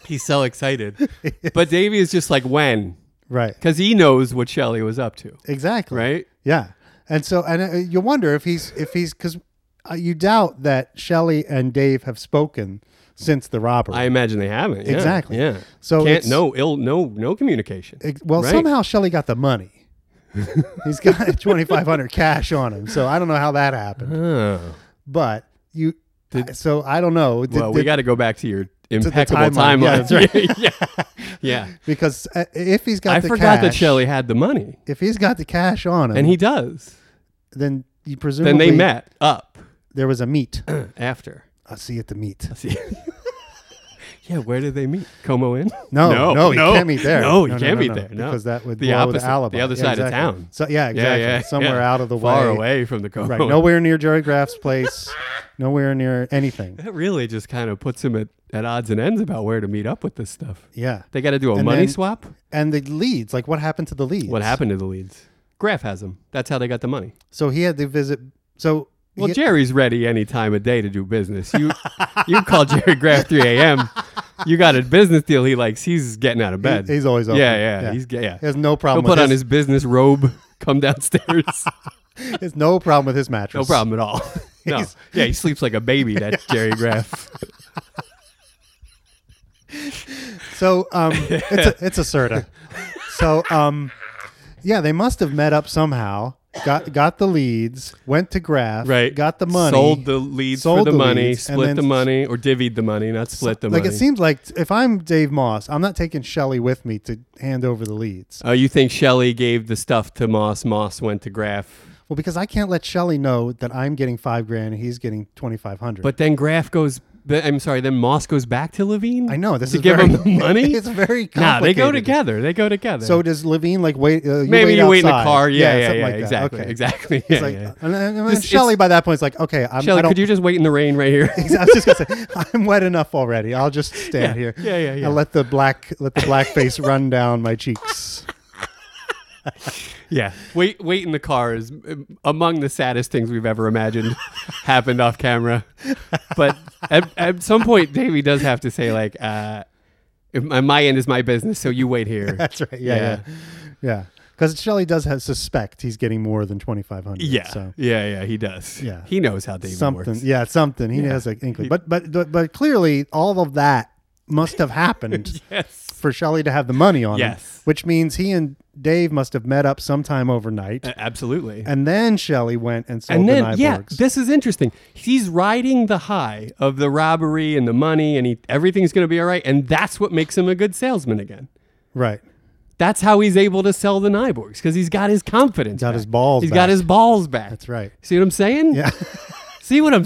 A: He's so excited, but Davey is just like when,
B: right,
A: because he knows what Shelley was up to.
B: exactly.
A: Right.
B: Yeah, and so and uh, you wonder if he's if he's because uh, you doubt that Shelley and Dave have spoken since the robbery.
A: I imagine they haven't. yeah,
B: Exactly.
A: Yeah.
B: So
A: can't
B: it's-
A: no ill no no communication.
B: Ex- Well,
A: Right.
B: somehow Shelly got the money. He's got twenty five hundred cash on him, so I don't know how that happened.
A: Oh.
B: But you, I- so I don't know. Did-
A: Well, we
B: did-
A: got to go back to your impeccable
B: timeline. Yeah,
A: timeline.
B: that's right.
A: yeah. Yeah.
B: because uh, if he's got
A: I
B: the
A: forgot that
B: cash-
A: Shelley had the money,
B: if he's got the cash on him,
A: and he does.
B: then you presumably
A: Then they met up
B: There was a meet.
A: after.
B: I'll see you at the meet.
A: See. yeah. Where did they meet? Como Inn.
B: No, no, you can't meet there.
A: No, you can't meet there. No.
B: because that would
A: the
B: blow
A: opposite,
B: the alibi.
A: the other
B: Yeah,
A: side
B: exactly.
A: of town.
B: So yeah, exactly.
A: Yeah, yeah,
B: Somewhere
A: yeah.
B: out of the
A: far
B: way.
A: away from the Como.
B: Right,
A: Inn.
B: nowhere near Jerry Graff's place. nowhere near anything.
A: That really just kind of puts him at, at odds and ends about where to meet up with this stuff.
B: Yeah.
A: They got to do a
B: And
A: money
B: then-
A: swap.
B: And the leads, like what happened to the leads?
A: What happened to the leads? Graf has them. That's how they got the money.
B: So he had to visit. So
A: Well,
B: he-
A: Jerry's ready any time of day to do business. You you call Jerry Graf 3 a.m. you got a business deal he likes, he's getting out of bed.
B: He's always
A: yeah,
B: open.
A: yeah,
B: Yeah.
A: He's ge- yeah.
B: He has no
A: He'll
B: problem.
A: put
B: with
A: on his business robe, come downstairs.
B: He has no problem with his mattress.
A: no problem at all. No.
B: He's-
A: Yeah, he sleeps like a baby, that Jerry Graff.
B: So um, it's a, it's a Serta. So um, yeah, they must have met up somehow. Got got the leads. Went to Graph.
A: Right.
B: Got the money.
A: Sold the leads
B: Sold
A: for the,
B: the
A: money,
B: leads, and
A: split
B: then-
A: the money, or divvied the money, not split the
B: like
A: money.
B: it seems like if I'm Dave Moss, I'm not taking Shelly with me to hand over the leads.
A: Oh, you think Shelley gave the stuff to Moss? Moss went to Graff.
B: Well, because I can't let Shelly know that I'm getting five grand and he's getting twenty five hundred.
A: But then Graff goes. th- I'm sorry. Then Moss goes back to Levine.
B: I know this
A: to
B: is
A: give
B: very,
A: him the money.
B: It's very complicated.
A: nah, they go together. They go together.
B: So does Levine like wait? Uh, you
A: maybe
B: wait
A: you wait in the
B: outside?
A: car. Yeah, yeah, yeah.
B: something like that.
A: exactly,
B: Okay.
A: exactly.
B: It's
A: Yeah,
B: like,
A: yeah.
B: and, and,
A: This-
B: Shelly
A: it's-
B: by that point is like, okay, I'm, I
A: Shelley,
B: don't,
A: could you just wait in the rain right here?
B: I was just gonna say, I'm wet enough already. I'll just stand
A: Yeah,
B: here.
A: yeah, yeah, yeah.
B: And let the black let the black face run down my cheeks.
A: yeah. Wait, wait in the car is um, among the saddest things we've ever imagined happened off camera. But at, at some point, Davey does have to say like, uh, if my, "My end is my business, so you wait here."
B: That's right. Yeah, yeah, yeah. Because Shelly does have, suspect he's getting more than twenty five hundred.
A: Yeah,
B: So
A: yeah, yeah. He does.
B: Yeah.
A: he knows how David
B: something.
A: works.
B: Yeah, something. He has an inkling. But, but but but clearly, all of that must have happened
A: Yes,
B: for Shelly to have the money on him.
A: Yes.
B: Which means he and Dave must have met up sometime overnight.
A: a- absolutely.
B: and then Shelly went and sold
A: Uh, and then
B: the Nyborgs.
A: yeah, this is interesting. He's riding the high of the robbery and the money, and he, everything's going to be all right. And that's what makes him a good salesman again.
B: right.
A: That's how he's able to sell the Nyborgs because he's got his confidence.
B: Got his
A: back.
B: balls
A: He's
B: back.
A: got his balls back.
B: That's right.
A: See what I'm saying?
B: Yeah.
A: See what I'm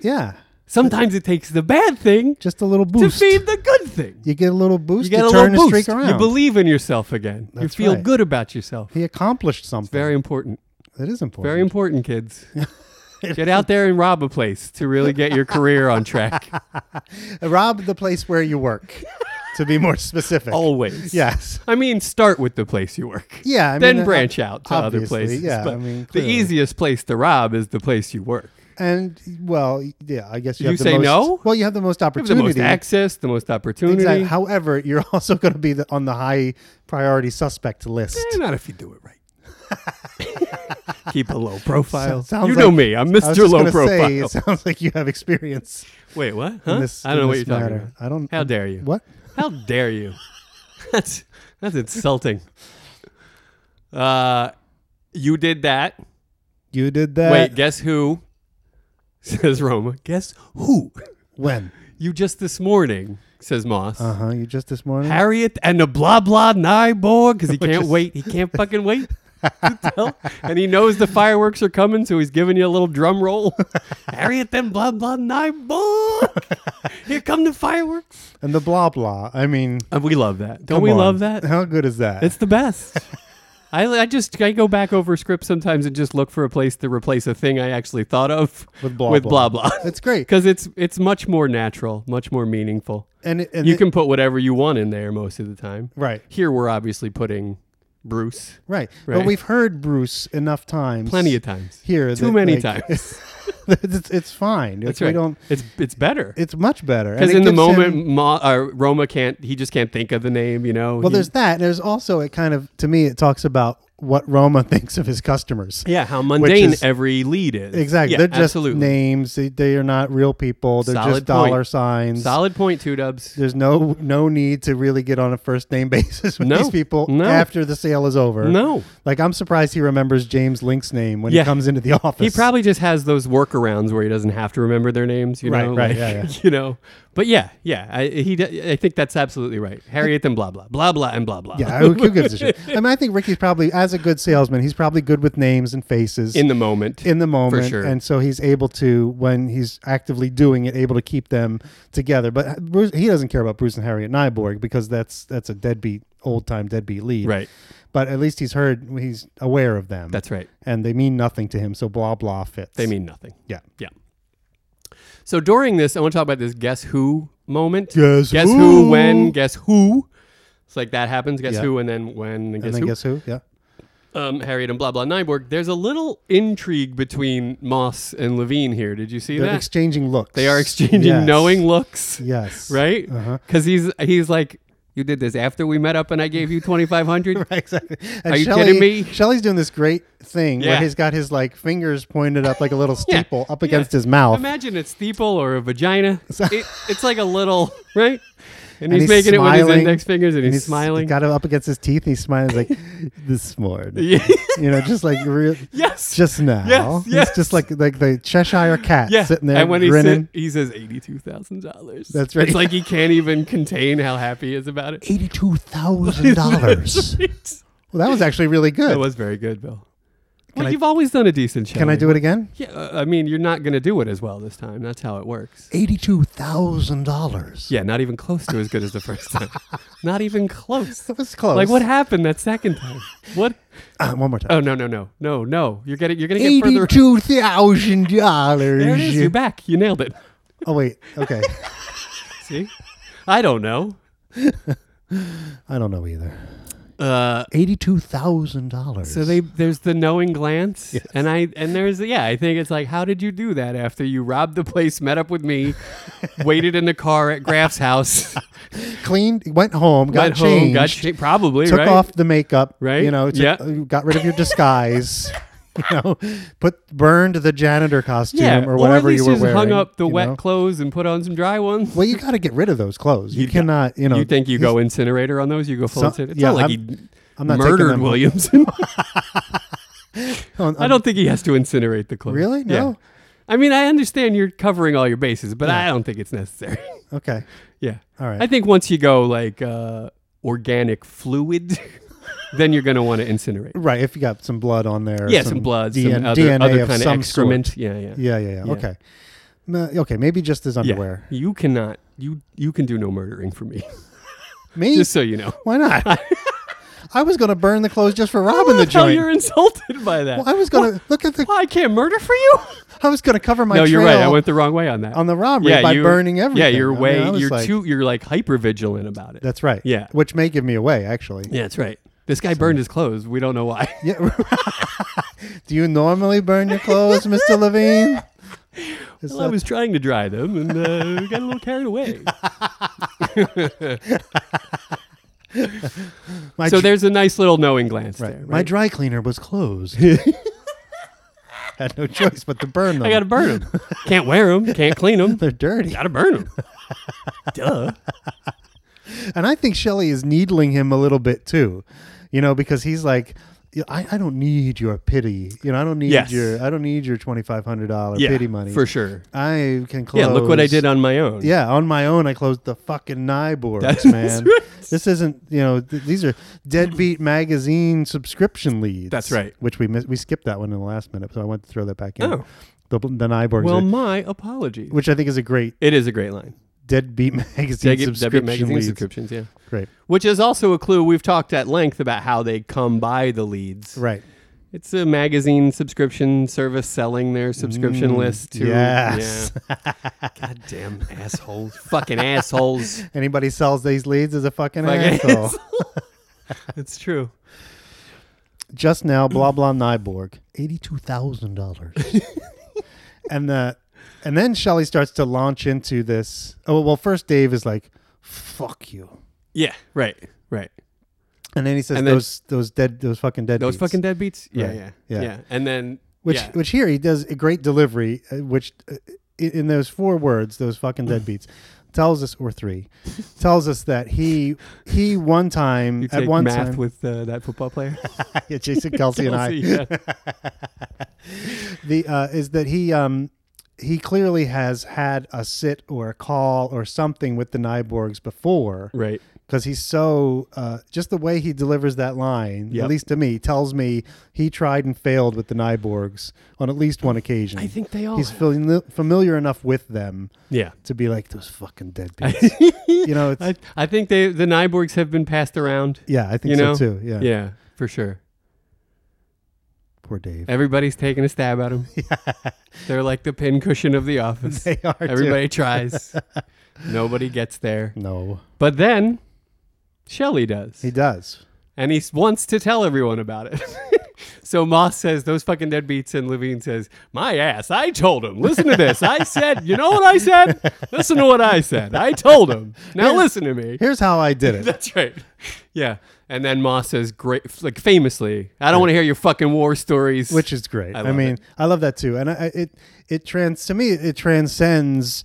B: yeah.
A: Sometimes it takes the bad thing
B: Just a little
A: to
B: boost.
A: feed the good thing.
B: You get a little boost.
A: You get
B: to
A: a
B: turn
A: little
B: the
A: boost.
B: streak around.
A: You believe in yourself again.
B: That's
A: you feel
B: right.
A: good about yourself.
B: he accomplished something.
A: Very important.
B: that is important.
A: Very important, kids. Get out there and rob a place to really get your career on track.
B: Uh, Rob the place where you work, to be more specific.
A: Always.
B: yes.
A: I mean, start with the place you work.
B: Yeah, I
A: then
B: mean, uh,
A: branch out to other
B: obviously,
A: places.
B: yeah,
A: but
B: I mean,
A: the
B: clearly.
A: easiest place to rob is the place you work.
B: And well, yeah, I guess you,
A: You
B: have the
A: say
B: most,
A: no?
B: Well, you have the most
A: You have the
B: opportunity.
A: most access, the most opportunity.
B: Exactly. However, you're also going to be the, on the high priority suspect list.
A: Eh, not if you do it right. Keep a low profile.
B: sounds
A: you know
B: like-
A: me. I'm
B: I was
A: Mr.
B: just
A: Low
B: gonna Say,
A: Profile.
B: it sounds like you have experience.
A: Wait, what? Huh?
B: in this,
A: I don't know
B: in
A: what you're
B: this
A: talking
B: matter.
A: about.
B: I don't.
A: How dare you?
B: What?
A: How dare you? That's that's insulting. Uh, you did that.
B: You did that.
A: Wait, guess who? Says Roma. Guess who?
B: when?
A: You just this morning, says Moss.
B: Uh huh. You just this morning.
A: Harriet and the blah blah Nyborg because he can't wait. He can't fucking wait. to tell. And he knows the fireworks are coming, so he's giving you a little drum roll. Harriet and blah blah Nyborg. Here come the fireworks.
B: and the blah blah. I mean,
A: And we love that. Don't
B: come
A: we
B: on.
A: love that?
B: How good is that?
A: It's the best. I, I just I go back over scripts sometimes and just look for a place to replace a thing I actually thought of
B: With blah,
A: with
B: blah.
A: blah blah.
B: It's great.
A: because it's it's much more natural, much more meaningful.
B: and it- and
A: you
B: it-
A: can put whatever you want in there most of the time.
B: Right.
A: Here we're obviously putting Bruce
B: right. But
A: Right.
B: we've heard Bruce enough times.
A: plenty of times.
B: Here,
A: Too
B: that,
A: many
B: like,
A: times.
B: it's, it's fine. It's,
A: That's right.
B: We don't.
A: it's it's better.
B: It's much better. And
A: Because
B: it
A: in the
B: gives him-
A: moment Ma, uh, Roma can't he just can't think of the name, you know.
B: well,
A: He-
B: there's that. There's also it kind of to me it talks about what Roma thinks of his customers.
A: yeah, how mundane
B: is-
A: every lead is.
B: Exactly.
A: Yeah,
B: They're just
A: absolutely.
B: names. They, they are not real people. They're
A: Solid
B: just dollar
A: point.
B: signs.
A: Solid point, two dubs.
B: There's no no need to really get on a first name basis with
A: No.
B: these people
A: No.
B: after the sale is over.
A: No.
B: Like I'm surprised he remembers James Link's name when he
A: Yeah.
B: comes into the office.
A: He probably just has those workarounds where he doesn't have to remember their names, you
B: Right,
A: know.
B: right,
A: like,
B: yeah, yeah.
A: You know, but yeah, yeah. I, he, d- I think that's absolutely right. Harriet and blah blah blah blah and blah blah.
B: Yeah, who, who gives a shit? I mean, I think Ricky's probably as a good salesman, he's probably good with names and faces
A: in the moment.
B: in the moment,
A: sure.
B: and so he's able to when he's actively doing it, able to keep them together. But Bruce, he doesn't care about Bruce and Harriet Nyborg because that's that's a deadbeat old time deadbeat lead,
A: right.
B: But at least he's heard, he's aware of them.
A: That's right.
B: and they mean nothing to him. So blah blah fits.
A: They mean nothing.
B: yeah.
A: Yeah. So during this, I want to talk about this guess who moment.
B: Guess
A: guess who,
B: who?
A: when, guess who. It's like that happens, guess
B: Yeah.
A: who, and then when, and guess
B: And then
A: who.
B: guess who? Yeah.
A: um, Harriet and blah blah Nyborg, there's a little intrigue between Moss and Levine here. Did you see
B: They're
A: that?
B: exchanging looks.
A: they are exchanging
B: Yes.
A: knowing looks,
B: Yes.
A: right?
B: Uh-huh.
A: Because he's he's like, you did this after we met up, and I gave you twenty five hundred.
B: exactly. And
A: Are you
B: Shelley-
A: kidding me?
B: Shelley's doing this great thing
A: Yeah.
B: where he's got his like fingers pointed up like a little steeple up against his mouth.
A: Imagine a steeple or a vagina. It, it's like a little right, and, he's,
B: And
A: making it with his
B: smiling,
A: index fingers, and, he's, smiling.
B: Got him up against his teeth. And he's smiling. He's like, "This morning,
A: Yeah.
B: you know, just like real,
A: yes,
B: just now.
A: Yes,
B: He's
A: yes.
B: just like like the Cheshire cat
A: yeah.
B: sitting there
A: and when
B: grinning.
A: he said, he says eighty two thousand dollars.
B: That's right.
A: It's like he can't even contain how happy he is about it.
B: Eighty-two thousand dollars. Well, that was actually really
A: That
B: good.
A: was very good, Bill. Well,
B: I-
A: you've always done a decent show.
B: Can I do it again?
A: Yeah, uh, I mean, you're not going to do it as well this time. That's how it works.
B: Eighty-two thousand dollars.
A: Yeah, not even close to as good as the first time. not even close.
B: That was close.
A: Like what happened that second time? What?
B: Uh, one more time.
A: Oh no no no no no! You're getting you're gonna get further.
B: Eighty-two thousand dollars.
A: There it is. You're back. You nailed it.
B: Oh wait. Okay.
A: See, I don't know.
B: I don't know either.
A: Uh,
B: Eighty-two thousand dollars.
A: So they there's the knowing glance, and I and there's yeah, I think it's like, how did you do that after you robbed the place, met up with me, waited in the car at Graf's house,
B: cleaned, went home, got
A: went
B: changed,
A: home, got cha- probably
B: took
A: right?
B: off the makeup,
A: Right?
B: You know, took,
A: Yeah.
B: uh, got rid of your disguise. you know, put burned the janitor costume
A: yeah,
B: or whatever
A: at least
B: you were
A: just
B: wearing.
A: hung up the
B: you
A: wet
B: know?
A: clothes and put on some dry ones.
B: Well, you got to get rid of those clothes. You,
A: You got-
B: cannot, you know.
A: you think you
B: he's-
A: go incinerator on those? You go full
B: So-
A: incinerator? It's
B: yeah,
A: not like
B: I'm-
A: he
B: I'm not taking
A: murdered
B: them.
A: Williamson.
B: Oh,
A: I don't think he has to incinerate the clothes.
B: Really?
A: Yeah.
B: No?
A: I mean, I understand you're covering all your bases, but I don't think it's necessary.
B: Okay.
A: Yeah.
B: All right.
A: I think once you go like uh, organic fluid, then you're going to want to incinerate.
B: Right. If you got some blood on there.
A: Yeah, some, blood, some
B: DN-
A: other,
B: DNA
A: other
B: of
A: kind
B: some
A: of excrement.
B: sort.
A: Yeah, yeah.
B: Yeah, yeah, yeah.
A: Yeah.
B: Okay. No, okay. Maybe just his
A: Yeah.
B: underwear.
A: You cannot, you you can do no murdering for me.
B: Me?
A: just so you know.
B: Why not? I was going to burn the clothes just for robbing
A: I
B: the
A: love how
B: joint.
A: you're insulted by that.
B: Well, I was going to look at the.
A: Why, I can't murder for you?
B: I was going to cover my
A: no, you're right. I
B: trail
A: went the wrong way on that.
B: on the robbery by
A: you-
B: burning everything.
A: Yeah, you're
B: I mean,
A: way,
B: I was
A: you're
B: like-
A: too, you're like hyper vigilant about it.
B: That's right.
A: Yeah.
B: Which may give me away, actually.
A: yeah, that's right. This guy burned his clothes. We don't know why.
B: Yeah. Do you normally burn your clothes, Mr. Levine? Is
A: Well, I
B: that-
A: was trying to dry them and uh, got a little carried away.
B: my
A: so
B: dr-
A: there's a nice little knowing glance
B: right.
A: there.
B: My
A: Right?
B: dry cleaner was closed. Had no choice but to burn them.
A: I got to burn them. Can't wear them. Can't clean them.
B: They're dirty.
A: Got to burn them. Duh.
B: And I think Shelley is needling him a little bit too, you know, because he's like, "Yeah, I, I don't need your pity. You know, I don't need
A: Yes.
B: your I don't need your twenty five hundred dollar
A: Yeah,
B: pity money.
A: for sure.
B: I can close.
A: Yeah, look what I did on my own.
B: Yeah, on my own, I closed the fucking Nyborgs,
A: That's
B: man.
A: right.
B: This isn't, you know, th- these are Deadbeat magazine subscription leads.
A: That's right.
B: Which we missed. We skipped that one in the last minute, so I want to throw that back in.
A: Oh.
B: The, the Nyborgs,
A: Well,
B: are-
A: my apologies.
B: which I think is a great
A: It is a great line.
B: Deadbeat magazine
A: Deg- W
B: subscription
A: magazine
B: leads.
A: subscriptions, yeah.
B: Great.
A: Which is also a clue. We've talked at length about how they come by the leads.
B: Right.
A: It's a magazine subscription service selling their subscription list to.
B: Mm, yes.
A: Yeah. Goddamn assholes. Fucking assholes.
B: Anybody sells these leads is a fucking
A: Fucking
B: asshole.
A: It's true.
B: Just now, blah blah Nyborg, eighty-two thousand dollars, and the and then Shelly starts to launch into this. Oh well, first Dave is like, "Fuck you,"
A: Yeah, right, right.
B: and then he says,
A: And then-
B: "Those those dead those fucking dead
A: Those
B: beats."
A: fucking deadbeats? Yeah,
B: Right.
A: yeah,
B: Yeah.
A: yeah, And then.
B: which
A: yeah.
B: which here he does a great delivery, uh, which uh, i- in those four words, those fucking deadbeats, tells us or three, tells us that he he one time
A: you take
B: at one
A: math
B: time
A: with uh, that football player?
B: yeah, Jason Kelsey and I.
A: Kelsey, yeah.
B: the uh, is that he um he clearly has had a sit or a call or something with the Nyborgs before
A: Right.
B: because he's so uh, just the way he delivers that line at
A: Yep.
B: least to me tells me he tried and failed with the Nyborgs on at least one occasion.
A: I think they all
B: he's
A: have.
B: fami- familiar enough with them
A: Yeah.
B: to be like those fucking deadbeats. you know, it's,
A: I, I think they the Nyborgs have been passed around.
B: yeah, I think
A: you
B: so
A: know?
B: too. Yeah.
A: Yeah, for sure.
B: poor Dave.
A: Everybody's taking a stab at him. They're like the pincushion of the office.
B: They are too.
A: Everybody tries. Nobody gets there.
B: No,
A: But then Shelley does.
B: he does.
A: and he s- wants to tell everyone about it. So Moss says those fucking deadbeats, and Levine says, "My ass, I told him. Listen to this. I said, you know what I said? Listen to what I said. I told him. Now listen to me.
B: Here's how I did it.
A: That's right. Yeah." And then Moss says, "Great, like famously, I don't want to hear your fucking war stories."
B: which is great.
A: I
B: I,
A: love
B: mean, I love that too, and I, I- it it trans to me it transcends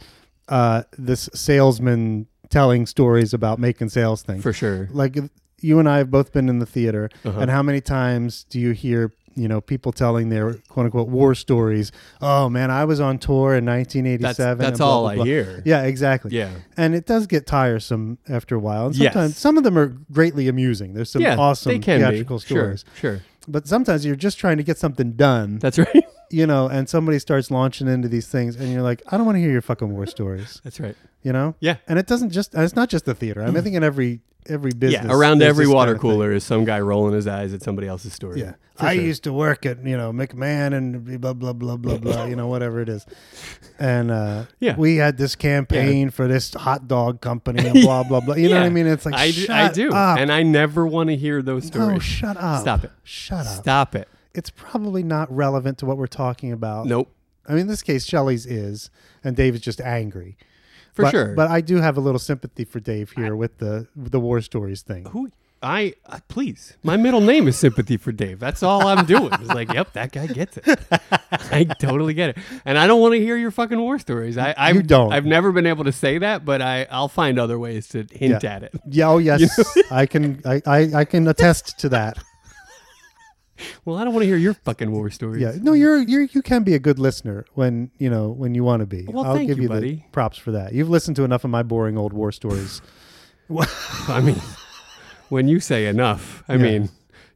B: uh, this salesman telling stories about making sales thing
A: for Uh-huh. sure.
B: Like you and I have both been in the theater, and how many times do you hear? You know, people telling their "quote unquote" war stories. Oh man, I was on tour in 1987.
A: That's- that's
B: and blah,
A: all
B: blah,
A: I
B: blah.
A: hear.
B: Yeah, exactly.
A: Yeah.
B: and it does get tiresome after a while. And
A: Yes.
B: sometimes some of them are greatly amusing. There's some
A: Yeah,
B: awesome
A: they can be.
B: theatrical stories
A: Sure, sure.
B: but sometimes you're just trying to get something done,
A: That's right.
B: you know, and somebody starts launching into these things, and you're like, I don't want to hear your fucking war stories,
A: That's right.
B: you know?
A: Yeah. Mm.
B: And it doesn't just, and it's not just the theater. I mean, I think in every every business,
A: yeah, around
B: there's
A: every
B: this
A: water
B: kind of thing.
A: cooler is some guy rolling his eyes at somebody else's story.
B: Yeah. I used to work at, you know, McMahon and blah, blah, blah, blah, blah, you know, whatever it is. And uh,
A: Yeah.
B: we had this campaign for this hot dog company and blah, blah, blah. You know what I mean? It's like,
A: I do, I
B: shut
A: do.
B: up.
A: and I never want to hear those stories.
B: no, shut up.
A: Stop it.
B: Shut up.
A: Stop it.
B: It's probably not relevant to what we're talking about.
A: Nope.
B: I mean, in this case, Shelley's is, and Dave is just angry.
A: For
B: but,
A: sure.
B: But I do have a little sympathy for Dave here with the the war stories thing.
A: who? I uh, please. My middle name is sympathy for Dave. That's all I'm doing. It's like, yep, that guy gets it. I totally get it. And I don't want to hear your fucking war stories. I I've,
B: You don't.
A: I've never been able to say that, but I I'll find other ways to hint at it.
B: Yeah, oh yes, I can I, I, I can attest to that.
A: Well, I don't want to hear your fucking war stories.
B: Yeah, no, you're you are you can be a good listener when you know when you want to be.
A: Well,
B: I'll
A: thank
B: give
A: you,
B: you,
A: buddy.
B: the props for that. You've listened to enough of my boring old war stories.
A: I mean, when you say enough, I
B: Yeah.
A: mean,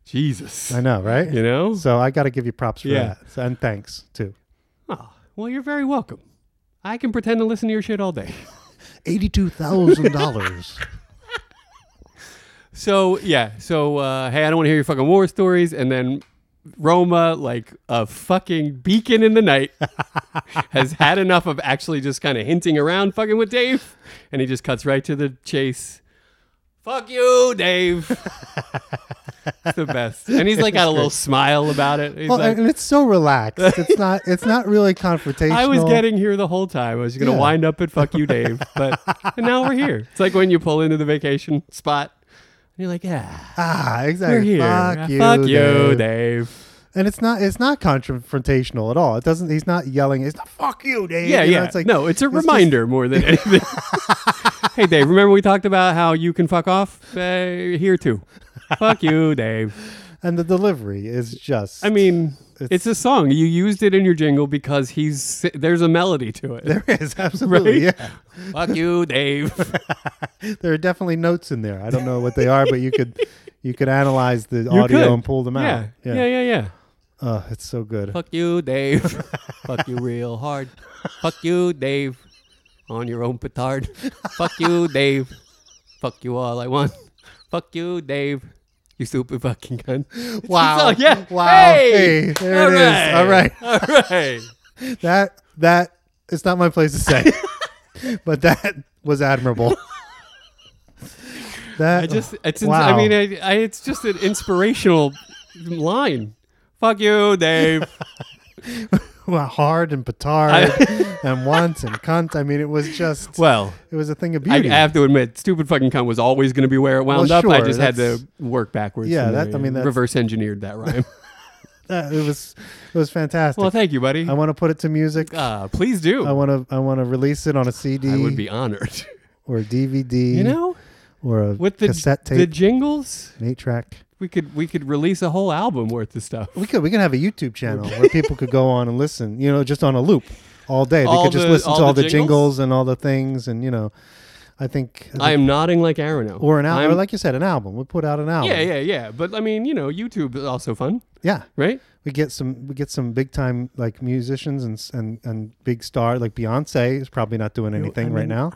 A: Jesus.
B: I know, right?
A: You know?
B: So I got to give you props for
A: Yeah.
B: that, So- and thanks too.
A: Oh, well, you're very welcome. I can pretend to listen to your shit all day.
B: Eighty-two thousand dollars.
A: So yeah, so uh, hey, I don't want to hear your fucking war stories. And then Roma, like a fucking beacon in the night, has had enough of actually just kind of hinting around, fucking with Dave, and he just cuts right to the chase. Fuck you, Dave. it's the best, and he's like got a little smile about it. He's
B: Well,
A: like,
B: and it's so relaxed. It's not. It's not really confrontational.
A: I was getting here the whole time. I was going to
B: Yeah.
A: wind up at fuck you, Dave, but and now we're here. It's like when you pull into the vacation spot and you're like, yeah,
B: Ah,
A: we're
B: exactly.
A: here.
B: Fuck you,
A: Dave.
B: Dave. And it's not it's not confrontational at all. It doesn't. He's not yelling. It's not fuck you, Dave.
A: Yeah,
B: You know,
A: yeah.
B: it's like
A: no, it's a
B: just-
A: reminder more than anything. hey, Dave, remember we talked about how you can fuck off? Uh, here too. fuck you, Dave.
B: and the delivery is just.
A: I mean, it's, a song. You used it in your jingle because he's there's a melody to it.
B: there is absolutely.
A: Right?
B: Yeah,
A: fuck you, Dave.
B: there are definitely notes in there. I don't know what they are, but you could you could analyze the audio
A: could.
B: and pull them out.
A: yeah, yeah, yeah. yeah.
B: Oh, it's so good.
A: Fuck you, Dave. Fuck you real hard. Fuck you, Dave. On your own petard. Fuck you, Dave. Fuck you all I want. Fuck you, Dave. You stupid fucking cunt. It's-
B: Wow.
A: it's all- Oh, yeah.
B: Wow.
A: Hey.
B: Hey, there it is. All right.
A: All right.
B: That that it's not my place to say, but that was admirable. that
A: I just, it's, ins-
B: wow.
A: I mean, I, I, it's just an inspirational line. Fuck you, Dave.
B: Well, hard and petard
A: I-
B: and once and cunt. I mean, it was just
A: Well,
B: it was a thing of
A: I, I
B: beauty.
A: have to admit, stupid fucking cunt was always going to be where it wound
B: Well,
A: up. I
B: sure,
A: just had to
B: that's-
A: work backwards.
B: Yeah,
A: from
B: that-
A: there
B: I mean,
A: and
B: that's-
A: reverse engineered that rhyme.
B: Uh, it was it was fantastic.
A: well, thank you, buddy.
B: I want to put it to music.
A: Uh, please do.
B: I want to I want to release it on a CD
A: I would be honored.
B: or a DVD
A: you know,
B: or a
A: with the
B: cassette
A: the
B: tape,
A: jingles,
B: an eight track.
A: we could we could release a whole album worth of stuff.
B: We could we could have a YouTube channel where people could go on and listen. You know, just on a loop all day. They
A: All
B: could just
A: the-
B: listen
A: all
B: to all
A: the
B: the,
A: jingles?
B: jingles? and all the things. And you know, I think,
A: I am nodding like Aronow.
B: or an album,
A: I'm-
B: or like you said, an album. We put out an album.
A: yeah, yeah, yeah. But I mean, you know, YouTube is also fun,
B: yeah.
A: right?
B: we get some we get some big time like musicians and s- and and big star like Beyonce is probably not doing anything right now.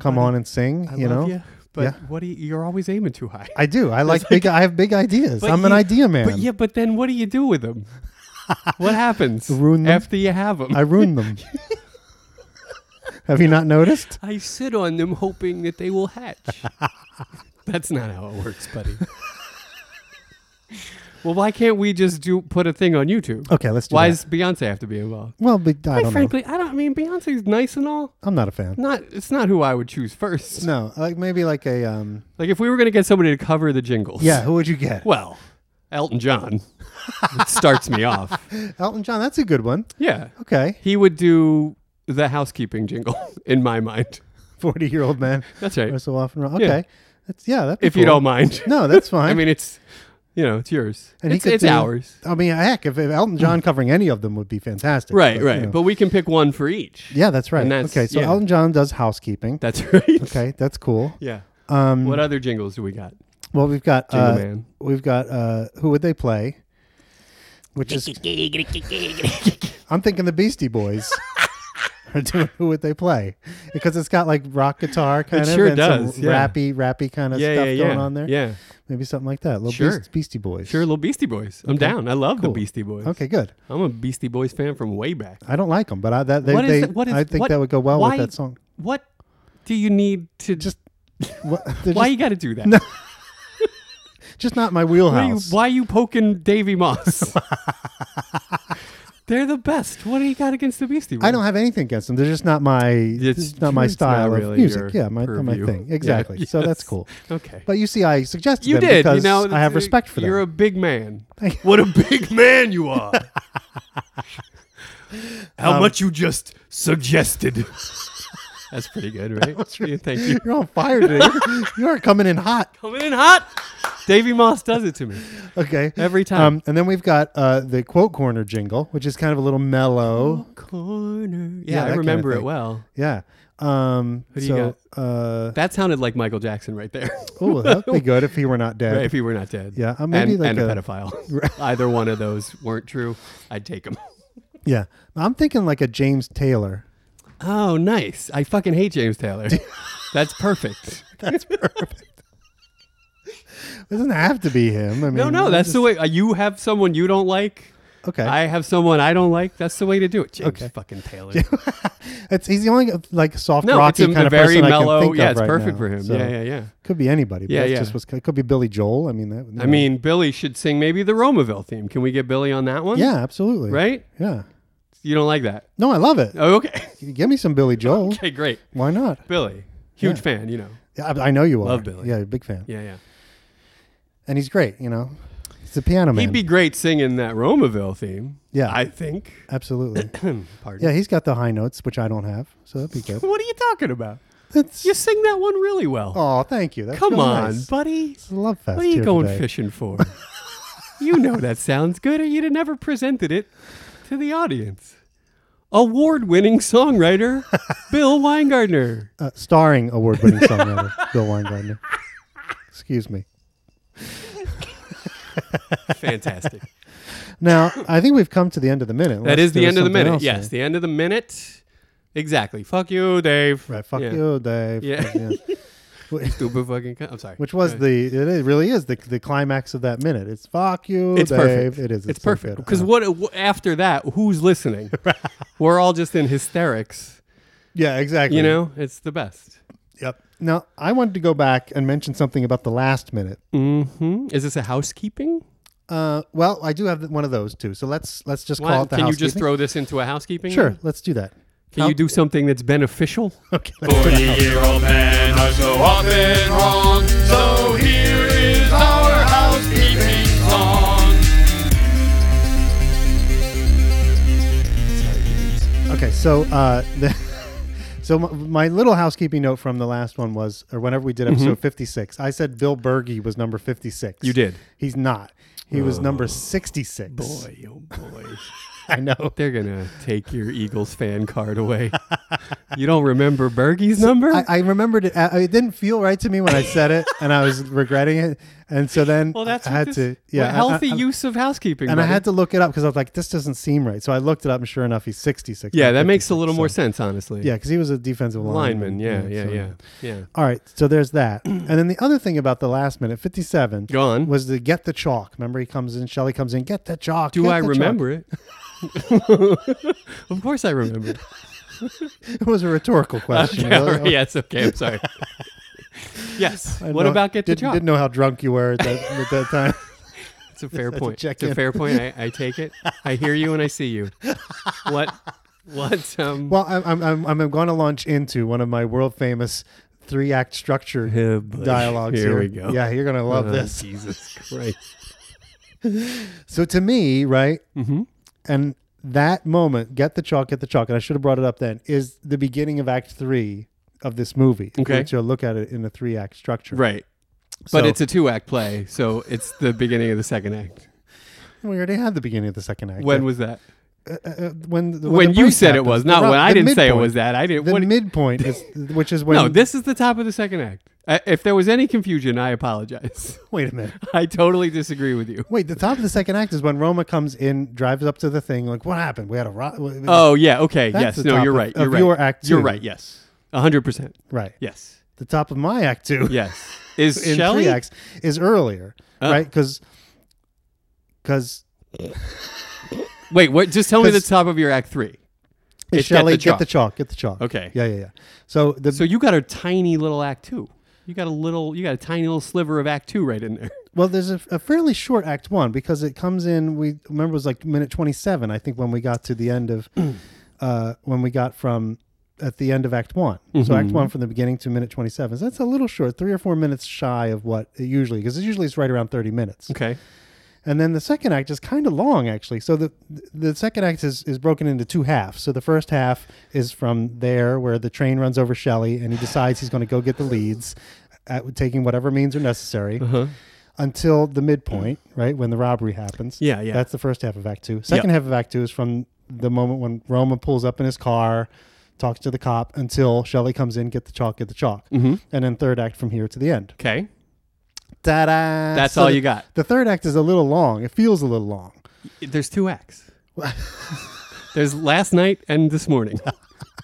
B: Come on and sing,
A: I
B: you
A: love
B: know.
A: ya, but
B: Yeah.
A: what do you, you're always aiming too high.
B: I do. I like big. I have big ideas.
A: But
B: I'm an
A: you-
B: idea man.
A: But yeah, but then what do you do with them? what happens
B: Ruin them?
A: after you have them?
B: I ruin them. have you not noticed?
A: I sit on them hoping that they will hatch. That's not how it works, buddy. Well, why can't we just do put a thing on YouTube?
B: Okay, let's Oh, do
A: Why
B: that.
A: does Beyonce have to be involved?
B: well, but I
A: Quite
B: don't
A: frankly, I don't. I mean, Beyonce's nice and all.
B: know. I'm not a fan.
A: Not. It's not who I would choose first.
B: No, like maybe like a um.
A: Like if we were gonna get somebody to cover the jingles.
B: Yeah, who would you get?
A: Well, Elton John It starts me off.
B: Elton John. That's a good one.
A: Yeah.
B: Okay,
A: He would do the housekeeping jingle in my mind.
B: forty year old man.
A: That's right.
B: Or so often. Okay, that's yeah. That'd be
A: If you
B: cool.
A: don't mind.
B: No, that's fine.
A: I mean, it's you know, it's yours.
B: And he
A: it's
B: could
A: it's
B: do-
A: ours.
B: I mean, heck, if, if Elton John covering any of them would be fantastic.
A: Hmm. Right,
B: but, you
A: right.
B: know.
A: But we can pick one for each.
B: yeah, that's right.
A: And that's-
B: okay, so
A: yeah.
B: Elton John does housekeeping.
A: That's right.
B: okay, that's cool.
A: Yeah.
B: Um,
A: What other jingles do we got?
B: well, we've got
A: Jingle
B: uh,
A: Man.
B: we've got uh, who would they play? Which is I'm thinking the Beastie Boys are doing who would they play because it's got like rock guitar kind of
A: sure
B: and
A: does,
B: some
A: yeah.
B: rappy rappy kind of
A: Yeah,
B: stuff
A: yeah,
B: going
A: yeah.
B: on there.
A: Yeah.
B: maybe something like that. Little
A: Sure.
B: Beast, Beastie Boys.
A: Sure, little Beastie Boys. I'm down. I love
B: cool.
A: the Beastie Boys.
B: Okay, good.
A: I'm a Beastie Boys fan from way back.
B: I don't like them, but I that they,
A: What is
B: they
A: that- what is-
B: I think
A: what-
B: that would go well
A: why-
B: with that song.
A: What do you need to
B: Just
A: just?
B: What, they're
A: Why
B: just,
A: you got to do that?
B: No, just not my
A: why, you,
B: wheelhouse.
A: why you poking Davy Moss? They're the best. What do you got against the Beastie Boys?
B: I don't have anything against them. They're just not my it's,
A: It's
B: not my
A: true, it's not
B: style of
A: really
B: music.
A: your
B: Yeah, my, not my
A: purview.
B: thing.
A: Yeah,
B: Exactly. So that's
A: yes.
B: cool.
A: Okay.
B: But you see, I suggested
A: you
B: them
A: did.
B: because
A: you know,
B: I have
A: that's-
B: respect for
A: You're a
B: them.
A: big man.
B: Thank you.
A: what a big man you are. How
B: Um,
A: much you just suggested. That's pretty good, right? Yeah, Thank you.
B: You're on fire today. You're- you are coming in hot.
A: Coming in hot. Davy Moss does it to me.
B: Okay.
A: Every time.
B: Um, and then we've got uh, the quote corner jingle, which is kind of a little mellow.
A: Corner.
B: Yeah,
A: Yeah,
B: that
A: I
B: kinda
A: remember it
B: thing.
A: well.
B: Yeah. Um,
A: Who do you
B: so, uh,
A: That sounded like Michael Jackson right there.
B: oh, that would be good if he were not dead.
A: Right, if he were not dead.
B: Yeah, uh, maybe
A: and,
B: like
A: and a,
B: a-
A: pedophile. Either one of those weren't true. I'd take them.
B: Yeah. I'm thinking like a James Taylor.
A: Oh, nice. I fucking hate James Taylor. That's perfect.
B: It doesn't have to be him. I mean,
A: No, no, that's the way. uh, You have someone you don't like.
B: okay.
A: I have someone I don't like. That's the way to do it.
B: Eh?
A: James
B: Okay.
A: fucking Taylor.
B: It's he's the only like soft
A: No,
B: rocky
A: it's a,
B: kind
A: a
B: of
A: very
B: person
A: mellow.
B: I can think
A: yeah,
B: of
A: it's
B: right
A: perfect
B: now.
A: for him.
B: So,
A: yeah, yeah, yeah.
B: Could be anybody. But
A: Yeah,
B: that's
A: yeah.
B: Just what's, it could be Billy Joel. I mean, that, you know.
A: I mean, Billy should sing maybe the Romaville theme. Can we get Billy on that one?
B: yeah, absolutely.
A: Right?
B: Yeah.
A: You don't like that?
B: No, I love it.
A: Oh, okay.
B: Give me some Billy Joel.
A: okay, great.
B: Why not?
A: Billy, huge fan. You know.
B: I, I know you are.
A: Love Billy.
B: Yeah, big fan.
A: Yeah, yeah.
B: And he's great. You know, he's a piano man.
A: He'd be great singing that Romaville theme.
B: Yeah.
A: I think.
B: absolutely.
A: Pardon.
B: yeah, he's got the high notes, which I don't have, so that'd be good.
A: What are you talking about?
B: That's,
A: You sing that one really well.
B: oh, thank you. That's
A: Come
B: real
A: on,
B: nice.
A: buddy.
B: It's a love fest.
A: What are you
B: here
A: going
B: today.
A: fishing for? you know that sounds good, or you'd have never presented it to the audience. Award winning songwriter Bill Weingartner.
B: Uh, starring award-winning songwriter Bill Weingartner. Excuse me.
A: Fantastic.
B: Now, I think we've come to the end of the minute.
A: that
B: Let's
A: is
B: do
A: the end of the
B: something
A: minute.
B: else here.
A: Yes, the end of the minute. Exactly. Fuck you, Dave.
B: Right. Fuck
A: Yeah.
B: you, Dave.
A: Yeah.
B: Wh-
A: Stupid fucking. cunt. I'm sorry.
B: Which was the it is- really is the the climax of that minute. It's fuck you,
A: It's
B: Dave.
A: perfect.
B: It is.
A: It's,
B: so
A: perfect.
B: good.
A: Because
B: Uh,
A: what wh- after that? Who's listening? We're all just in hysterics.
B: yeah, exactly.
A: You know, it's the best.
B: Yep. Now I wanted to go back and mention something about the last minute.
A: hmm Is this a housekeeping?
B: Uh, well, I do have one of those too. So let's let's just
A: Why-
B: call it the
A: can you just
B: housekeeping.
A: throw this into a housekeeping?
B: Sure, let's do that.
A: Can you do something that's beneficial?
B: Okay.
D: Forty-year-old men are so often wrong. So here is our housekeeping song.
B: Okay. So uh, the, so my, my little housekeeping note from the last one was, or whenever we did episode fifty six, I said Bill Berge was number fifty six.
A: Mm-hmm. You did. Oh.
B: He's not. He was number sixty six.
A: Boy, oh boy.
B: I know.
A: They're going to take your Eagles fan card away. you don't remember Bergie's number?
B: I, I remembered it. I, it didn't feel right to me when I said it, and I was regretting it. And so then
A: well, that's
B: I
A: what
B: had
A: this-
B: to, yeah,
A: well, healthy
B: I- I-
A: use of housekeeping.
B: And I
A: buddy.
B: had to look it up because I was like, this doesn't seem right. So I looked it up, and sure enough, he's 66.
A: Yeah,
B: not
A: that makes a
B: 56,
A: little more
B: so-
A: sense, honestly.
B: Yeah, because he was a defensive lineman.
A: Lineman. Yeah, yeah,
B: so-
A: yeah. Yeah.
B: All right, so there's that. and then the other thing about the last minute, 57,
A: Go on.
B: was the get the chalk. Remember, he comes in, Shelly comes in, get the chalk.
A: Do
B: get
A: I
B: the chalk."
A: remember it? of course I remember. it.
B: It was a rhetorical question.
A: Okay, all right, yes, okay, I'm sorry. yes.
B: I
A: What
B: know-
A: about get the
B: didn't,
A: job?
B: Didn't know how drunk you were at that, at that time.
A: It's a fair
B: That's a
A: point. it's a
B: check-in.
A: fair point. I, I take it. I hear you and I see you. What? What? Um,
B: Well, I'm I'm I'm, I'm going to launch into one of my world famous three act structure
A: Yeah, boy.
B: dialogues.
A: Here
B: Here
A: we go.
B: Yeah, you're gonna love
A: Oh,
B: this.
A: Jesus Christ.
B: So to me, right,
A: Mm-hmm.
B: and that moment, get the chalk, get the chalk, and I should have brought it up then, is the beginning of Act Three of this movie.
A: Okay.
B: to look at it in a three act structure.
A: Right. But
B: So-
A: it's a two act play, so it's the beginning of the second act.
B: We already had the beginning of the second act.
A: When was that?
B: uh, when the-
A: When,
B: the
A: you
B: first
A: said it
B: happens,
A: was,
B: the
A: not
B: ro-
A: when I
B: the
A: didn't say it
B: midpoint.
A: was that. I didn't.
B: The
A: What,
B: midpoint is, which is when.
A: no, this is the top of the second act. I, if there was any confusion, I apologize.
B: Wait a minute.
A: I totally disagree with you.
B: Wait, the top of the second act is when Roma comes in, drives up to the thing. Like, what happened? We had a ro-
A: Oh yeah, okay,
B: That's
A: yes.
B: the
A: No,
B: top
A: you're
B: of-
A: right.
B: of
A: You're right.
B: your act
A: You're
B: two.
A: right. Yes, hundred percent.
B: right.
A: Yes,
B: The top of my act two.
A: yes. Is
B: in
A: Shelley?
B: three acts is earlier,
A: Oh.
B: right? Because because
A: Wait, what? Just tell me the
B: 'Cause-
A: top of your act three. It's Get
B: Shelley
A: the
B: get the
A: Chalk.
B: chalk, get the chalk.
A: Okay.
B: Yeah, yeah, yeah. So the
A: So you got a tiny little act two. You got a little. You got a tiny little sliver of act two right in there.
B: well, there's a, a fairly short act one because it comes in. We remember it was like minute twenty seven, I think, when we got to the end of uh, when we got from at the end of act one. So
A: Mm-hmm.
B: act one from the beginning to minute twenty seven. So that's a little short, three or four minutes shy of what it usually because usually it's right around thirty minutes.
A: Okay.
B: And then the second act is kind of long, actually. So the the second act is, is broken into two halves. So the first half is from there, where the train runs over Shelley, and he decides he's going to go get the leads, at, taking whatever means are necessary,
A: Uh-huh.
B: until the midpoint, right when the robbery happens.
A: Yeah, yeah.
B: That's the first half of Act Two. Second half of Act Two is from the moment when Roma pulls up in his car, talks to the cop, until Shelley comes in, get the chalk, get the chalk,
A: Mm-hmm.
B: and then third act from here to the end.
A: Okay.
B: Ta-da!
A: That's all you got.
B: The third act is a little long. It feels a little long.
A: There's two acts. There's last night and this morning.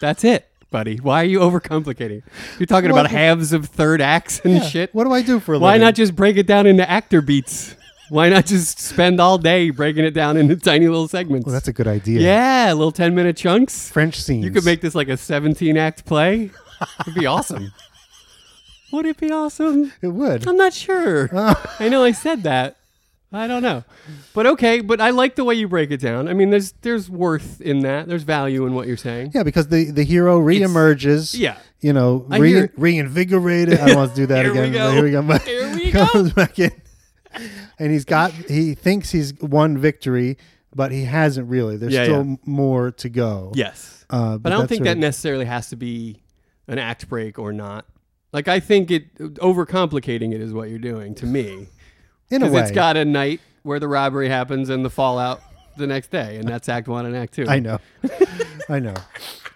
A: That's it, buddy. Why are you overcomplicating? You're talking
B: Well,
A: about halves of third acts and
B: Yeah.
A: shit.
B: What do I do for a
A: Why
B: living?
A: not just break it down into actor beats? Why not just spend all day breaking it down into tiny little segments?
B: Well, Oh, that's a good idea.
A: yeah, little 10 minute chunks.
B: French scenes.
A: You could make this like a 17 act play. It'd be awesome. Would it be awesome?
B: it would.
A: I'm not sure. I know I said that. I don't know. But okay, but I like the way you break it down. I mean, there's there's worth in that. There's value in what you're saying.
B: Yeah, because the the hero reemerges.
A: yeah.
B: You know,
A: I
B: re-
A: hear-
B: reinvigorated. I don't want to do that
A: Here we
B: again.
A: go.
B: Here we go. But
A: Here we go.
B: comes back in, and he's got. He thinks he's won victory, but he hasn't really. There's
A: Yeah,
B: still
A: yeah.
B: more to go.
A: Yes.
B: Uh,
A: but I don't
B: that's
A: think
B: sort
A: that
B: of-
A: necessarily has to be an act break or not. Like I think it overcomplicating it is what you're doing to me.
B: in a
A: Because
B: way.
A: it's got a night where the robbery happens and the fallout the next day, and that's Act One and Act Two.
B: I know. I know.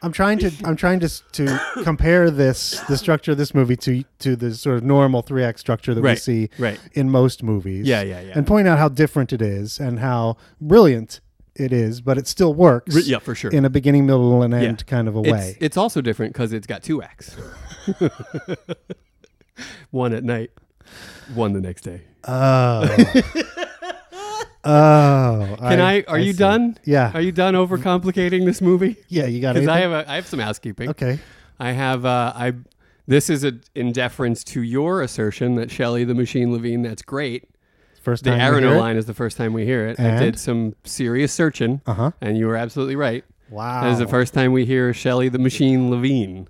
B: I'm trying to I'm trying to s- to compare this the structure of this movie to to the sort of normal three act structure that we
A: Right,
B: see
A: right.
B: in most movies.
A: Yeah, yeah, yeah.
B: And point out how different it is and how brilliant it is, but it still works.
A: Re- yeah, for sure.
B: In a beginning, middle, and
A: Yeah.
B: end kind of a
A: It's,
B: way.
A: it's also different because it's got two acts. one at night, one the next day.
B: oh. oh.
A: Can I? are you
B: see.
A: done?
B: Yeah.
A: Are you done overcomplicating this movie?
B: Yeah, you got
A: Because
B: it.
A: I have a, I have some housekeeping.
B: okay.
A: I have uh, I. This is a, in deference to your assertion that Shelley the Machine Levine. That's great.
B: First
A: The
B: time
A: Arano line is the first time we hear it. I
B: And?
A: did some serious searching,
B: Uh-huh.
A: and you were absolutely right.
B: Wow.
A: That is the first time we hear Shelley the Machine Levine.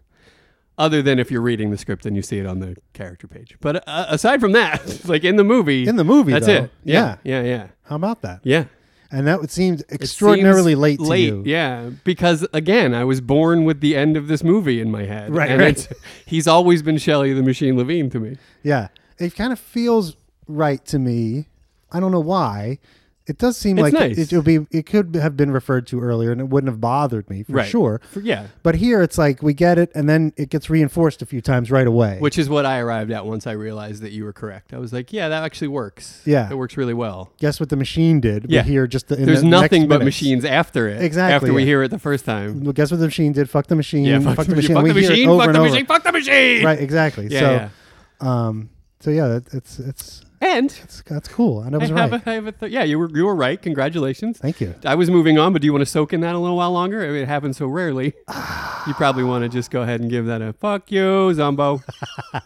A: Other than if you're reading the script and you see it on the character page. But uh, aside from that, like in the movie,
B: In the movie,
A: that's
B: though.
A: it. Yeah, yeah, yeah,
B: How about that?
A: yeah.
B: And that would seem extraordinarily
A: Seems
B: late to
A: late,
B: you.
A: yeah. Because again, I was born with the end of this movie in my head.
B: Right,
A: and
B: right.
A: it's- He's always been Shelley the Machine Levine to me.
B: Yeah. It kind of feels right to me. I don't know why. It does seem
A: It's
B: like
A: nice.
B: it, it'll be it could have been referred to earlier and it wouldn't have bothered me for
A: Right.
B: sure.
A: For- yeah.
B: But here it's like we get it and then it gets reinforced a few times right away.
A: Which is what I arrived at once I realized that you were correct. I was like, yeah, that actually works.
B: Yeah.
A: It works really well.
B: guess what the machine did?
A: Yeah.
B: We hear just the in
A: There's
B: the
A: nothing
B: next
A: but
B: minutes.
A: machines after it.
B: Exactly,
A: After we
B: yeah.
A: hear it the first time.
B: Well, guess what the machine did? Fuck the machine.
A: Yeah,
B: fuck, the machine.
A: Fuck
B: we
A: the
B: hear it
A: machine.
B: over
A: Fuck
B: and
A: the
B: over.
A: machine. Fuck the machine.
B: Right, exactly.
A: Yeah.
B: so
A: yeah.
B: um so yeah, that, it's it's
A: And
B: That's, that's cool. And I
A: I
B: was
A: have
B: right.
A: a, I have a th- yeah, you were you were right. Congratulations.
B: Thank you.
A: I was moving on, but do you want to soak in that a little while longer? I mean, it happens so rarely. you probably want to just go ahead and give that a fuck you, Zombo.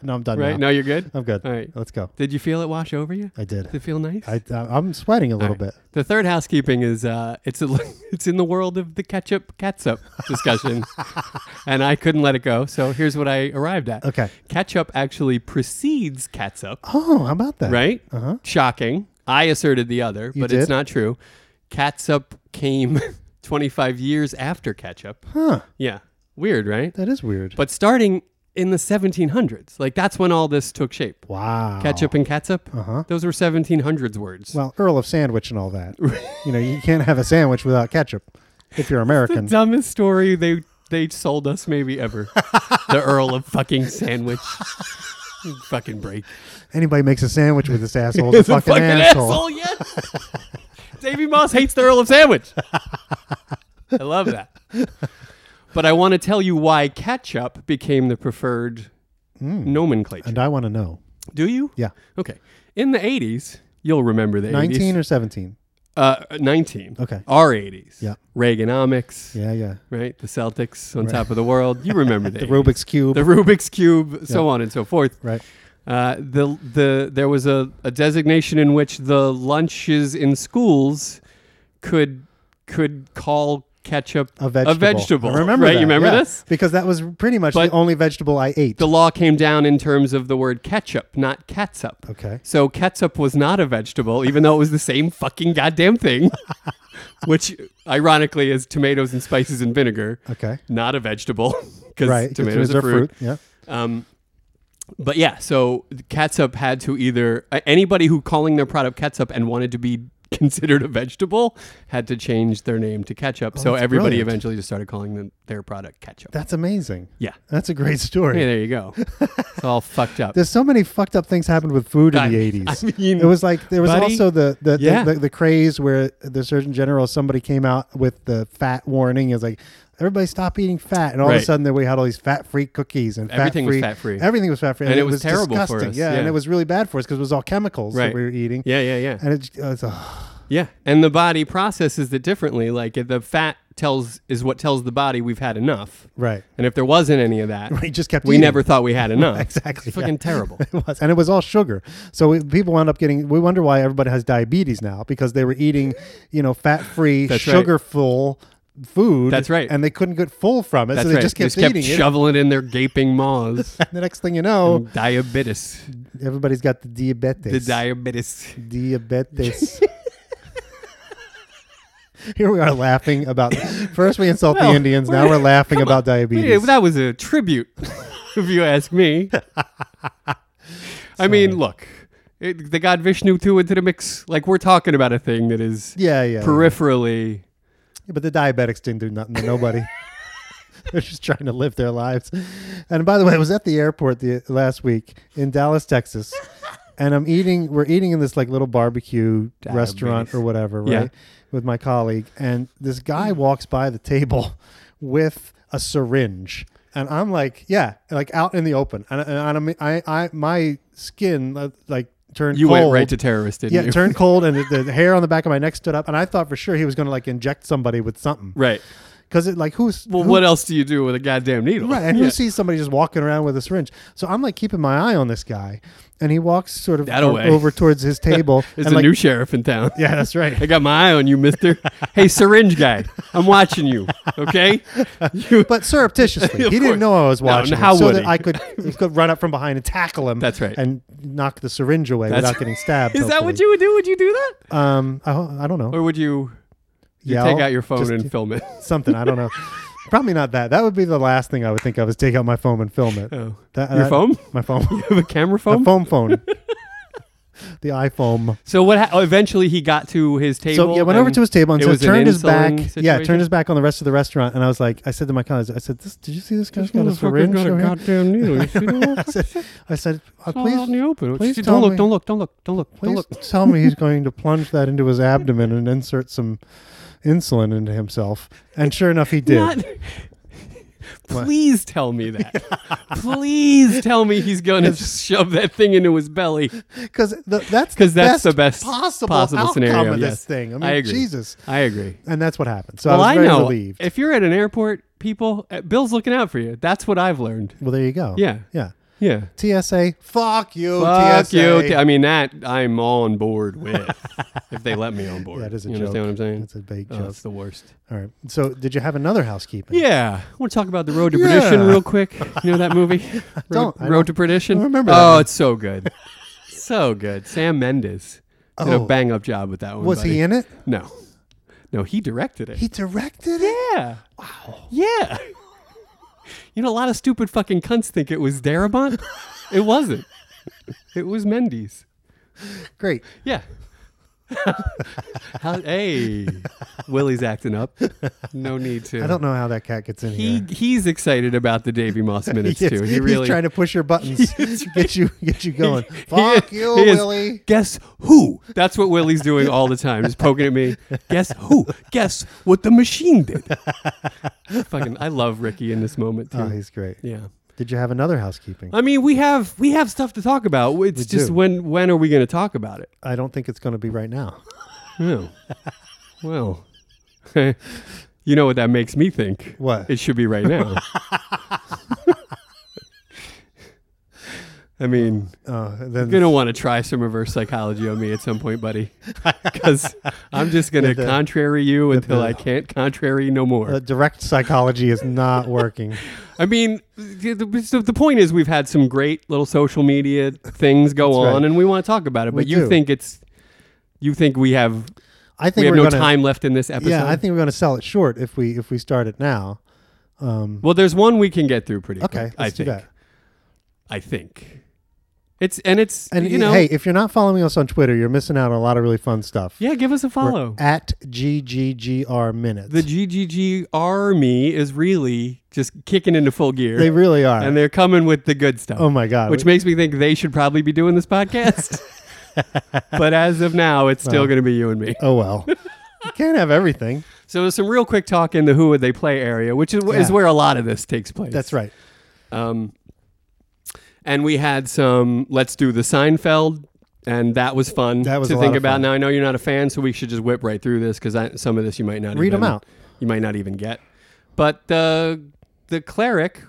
B: no, I'm done.
A: Right?
B: now.
A: No, you're good.
B: I'm good.
A: All right.
B: Let's go.
A: Did you feel it wash over you?
B: I
A: Did it
B: did.
A: feel nice?
B: I, I, am sweating a little
A: All right.
B: bit.
A: The third housekeeping is uh, it's a, it's in the world of the ketchup catsup discussion, and I couldn't let it go. So here's what I arrived at.
B: Okay.
A: ketchup actually precedes catsup,
B: Oh, how about that?
A: right?
B: Uh-huh.
A: Shocking. I asserted the other, but it's
B: did?
A: not true. Catsup came 25 years after ketchup.
B: Huh.
A: Yeah, weird, right?
B: That is weird.
A: But starting in the 1700s, like that's when all this took shape.
B: wow.
A: Ketchup and catsup. Uh-huh. Those were 1700s words.
B: Well, Earl of Sandwich and all that. you know, you can't have a sandwich without ketchup if you're
A: the
B: American.
A: dumbest story they they sold us maybe ever. the Earl of fucking sandwich. fucking break.
B: Anybody makes a sandwich with this asshole is a fucking, asshole.
A: yes. Davy Moss hates the Earl of Sandwich. I love that. But I want to tell you why ketchup became the preferred nomenclature.
B: Mm. And I want to know.
A: Do you?
B: Yeah.
A: Okay. In the 80s, you'll remember the
B: 19
A: 80s.
B: or 17?
A: Uh, 19.
B: Okay.
A: Our 80s.
B: Yeah.
A: Reaganomics,
B: Yeah, yeah.
A: right? The Celtics on top of the world. You remember the
B: The
A: 80s.
B: Rubik's Cube.
A: the Rubik's cube, so on and so forth.
B: right.
A: Uh, the the there was a, a designation in which the lunches in schools could could call ketchup
B: A vegetable. I remember that,
A: right? You remember
B: yeah,
A: this?
B: Because that was pretty much
A: But-
B: the only vegetable I ate.
A: The law came down in terms of the word ketchup, not catsup.
B: Okay.
A: So ketchup was not a vegetable, even though it was the same fucking goddamn thing, which ironically is tomatoes and spices and vinegar,
B: Okay.
A: not a vegetable because
B: Right. 'cause
A: tomatoes are fruit.
B: Yeah.
A: Um, but yeah, so catsup had to either uh, anybody who calling their product catsup and wanted to be considered a vegetable had to change their name to ketchup. so
B: Oh, that's
A: everybody
B: brilliant.
A: eventually just started calling them, their product ketchup.
B: That's amazing.
A: yeah.
B: That's a great story.
A: Hey, there you go. it's all fucked up.
B: There's so many fucked up things happened with food
A: I-
B: in the eighties.
A: I mean,
B: it was like there was
A: buddy,
B: also the the,
A: yeah.
B: the, the craze where the Surgeon General somebody came out with the fat warning. It was like everybody stop eating fat, and all of
A: Right.
B: a sudden there we had all these fat free cookies and
A: Everything was
B: fat-free-
A: fat-free.
B: Everything was fat free,
A: And it was terrible for
B: disgusting.
A: us,
B: Yeah, and
A: yeah.
B: it was really bad for us because it was all chemicals
A: Right.
B: that we were eating.
A: yeah, yeah, yeah.
B: and it, uh, it's uh,
A: Yeah, and the body processes it differently. Like the fat tells is what tells the body we've had enough.
B: right.
A: And if there wasn't any of that,
B: We just kept
A: we
B: eating.
A: never thought we had enough.
B: Exactly,
A: It's fucking
B: yeah.
A: terrible.
B: It was, and it was all sugar. So we, people wound up getting. We wonder why everybody has diabetes now because they were eating, you know, fat-free,
A: That's right.
B: sugar-full food.
A: That's right.
B: And they couldn't get full from it,
A: That's
B: so they
A: right.
B: just
A: They
B: kept eating it. Oh.
A: shoveling in their gaping maws.
B: And the next thing you know,
A: diabetes.
B: everybody's got the diabetes.
A: The diabetes.
B: diabetes. Here we are laughing about. First we insult
A: Well,
B: the Indians. Now we're laughing about diabetes.
A: Yeah, that was a tribute, if you ask me. I mean, look, it, they got Vishnu too into the mix. Like we're talking about a thing that is
B: yeah, yeah.
A: peripherally.
B: Yeah, but the diabetics didn't do nothing to nobody. They're just trying to live their lives. And by the way, I was at the airport the last week in Dallas, Texas, and I'm eating. We're eating in this like little barbecue restaurant or whatever, right?
A: Yeah.
B: With my colleague, and this guy walks by the table with a syringe, and I'm like, yeah, like out in the open, and, and I'm, I, I, my skin uh, like turned.
A: You went
B: cold.
A: right to terrorist, didn't
B: Yeah,
A: you?
B: it turned cold, and the, the hair on the back of my neck stood up, and I thought for sure he was going to like inject somebody with something,
A: right.
B: Because it like who's
A: Well,
B: who-
A: what else do you do with a goddamn needle?
B: right? And
A: Yeah.
B: who sees somebody just walking around with a syringe? So I'm like keeping my eye on this guy, and he walks sort of
A: That
B: o-
A: away.
B: over towards his table.
A: There's
B: and
A: a
B: like,
A: new sheriff in town.
B: yeah, that's
A: I
B: right.
A: got my eye on you, mister. hey, syringe guy, I'm watching you, okay? You,
B: But surreptitiously,
A: Of
B: he
A: course.
B: didn't know I was
A: No,
B: watching.
A: and
B: him,
A: how
B: so
A: would
B: that
A: he?
B: I could, could run up from behind and tackle him.
A: That's right.
B: and knock the syringe away
A: That's
B: without getting stabbed.
A: is that what
B: hopefully.
A: you would do? Would you do that?
B: Um, I, ho- I don't know.
A: Or would you, you
B: Yell?
A: take out your phone
B: Just-
A: and film it?
B: something. I don't know. Probably not that. That would be the last thing I would think of is take out my phone and film it.
A: Oh.
B: That-
A: Your
B: that-
A: phone?
B: My phone.
A: You have a camera
B: the
A: phone?
B: foam phone. the iPhone.
A: So what? Ha- oh, eventually, he got to his table.
B: So yeah, went over
A: and
B: to his table and
A: it
B: so
A: was an
B: turned his back.
A: insulin
B: Yeah,
A: situation?
B: turned his back on the rest of the restaurant. And I was like, I said to my colleagues, I said, this, "Did you see this guy's got a syringe?" over here?"
A: goddamn needle. You see
B: I
A: that?
B: said, I said "Uh,
A: It's all out in the
B: "Please,
A: open.
B: please
A: don't
B: tell
A: look!
B: me-
A: Don't look! Don't look! Don't look! Don't
B: please
A: look!
B: tell me he's going to plunge that into his abdomen and insert some insulin into himself." And sure enough, he did.
A: Not Please tell me that. Please tell me he's going to shove that thing into his belly.
B: Because that's
A: 'Cause that's the best
B: possible,
A: possible
B: outcome
A: scenario,
B: of
A: yes.
B: this thing. I mean,
A: I agree.
B: Jesus.
A: I agree.
B: And that's what happened. So
A: well,
B: I
A: I,
B: was very
A: know.
B: relieved.
A: If you're at an airport, people, uh, Bill's looking out for you. That's what I've learned.
B: well, there you go.
A: Yeah.
B: Yeah.
A: Yeah.
B: TSA. Fuck you.
A: Fuck
B: TSA.
A: you. T- I mean, that I'm on board with. if they let me on board.
B: that is a
A: you
B: joke.
A: understand what I'm saying?
B: That's a big
A: Oh,
B: joke.
A: that's the worst.
B: All right. So did you have another housekeeping?
A: Yeah, I want to talk about the Road to
B: Yeah.
A: Perdition real quick. You know that movie? Road,
B: don't- I
A: Road
B: don't-
A: to Perdition.
B: don't remember
A: Oh,
B: that one.
A: it's so good, so good. Sam Mendes did
B: Oh.
A: a bang up job with that one.
B: Was he in it?
A: No, no, he directed it.
B: He directed it?
A: yeah. Wow. Yeah. You know, a lot of stupid fucking cunts think it was Darabont. it wasn't. It was Mendes.
B: Great.
A: Yeah. How, hey, Willie's acting up. No need to.
B: I don't know how that cat gets in
A: He
B: here.
A: he's excited about the Davy Moss minutes
B: He is-
A: too. He
B: he's
A: really
B: trying to push your buttons, get you get you going. Fuck
A: He
B: you,
A: is- he is,
B: Willie.
A: Guess who? That's what Willie's doing all the time. He's poking at me. Guess who? Guess what the machine did. Fucking, I love Ricky in this moment too.
B: Oh, he's great.
A: yeah.
B: Did you have another housekeeping?
A: I mean, we have we have stuff to talk about. It's
B: We
A: just
B: do.
A: when when are we going to talk about it?
B: I don't think it's going to be right now.
A: Oh. well, you know what that makes me think.
B: What?
A: It should be right now. I mean,
B: Uh, then
A: You're gonna want to try some reverse psychology on me at some point, buddy, because I'm just gonna
B: the-
A: contrary you until
B: the-
A: I can't contrary no more.
B: uh, direct psychology is not working.
A: I mean, the, the- so the point is we've had some great little social media things go
B: That's right.
A: on, and we want to talk about it. But
B: We
A: you
B: do.
A: think it's you think we have
B: I think
A: we have
B: are
A: no
B: gonna,
A: time left in this episode?
B: Yeah, I think we're going to sell it short if we if we start it now.
A: Well, there's one we can get through pretty.
B: Okay,
A: quick,
B: let's
A: I
B: do
A: think.
B: that.
A: I think it's and it's
B: And
A: you know
B: hey, if you're not following us on Twitter, you're missing out on a lot of really fun stuff.
A: yeah, give us a follow.
B: At GGGR minutes.
A: The GGG army is really just kicking into full gear.
B: they really are.
A: and they're coming with the good stuff.
B: oh my god.
A: Which makes me think they should probably be doing this podcast. but as of now, it's still going to be you and me.
B: oh well. you can't have everything.
A: So there's some real quick talk in the who would they play area, which is, is
B: Yeah.
A: where a lot of this takes place.
B: That's right.
A: Um, and we had some let's do the Seinfeld, and that was fun
B: That was
A: to
B: a lot
A: think
B: of
A: about.
B: fun.
A: Now I know you're not a fan, so we should just whip right through this because some of this you might not
B: Read 'em
A: even-
B: out.
A: You might not even get. But the the cleric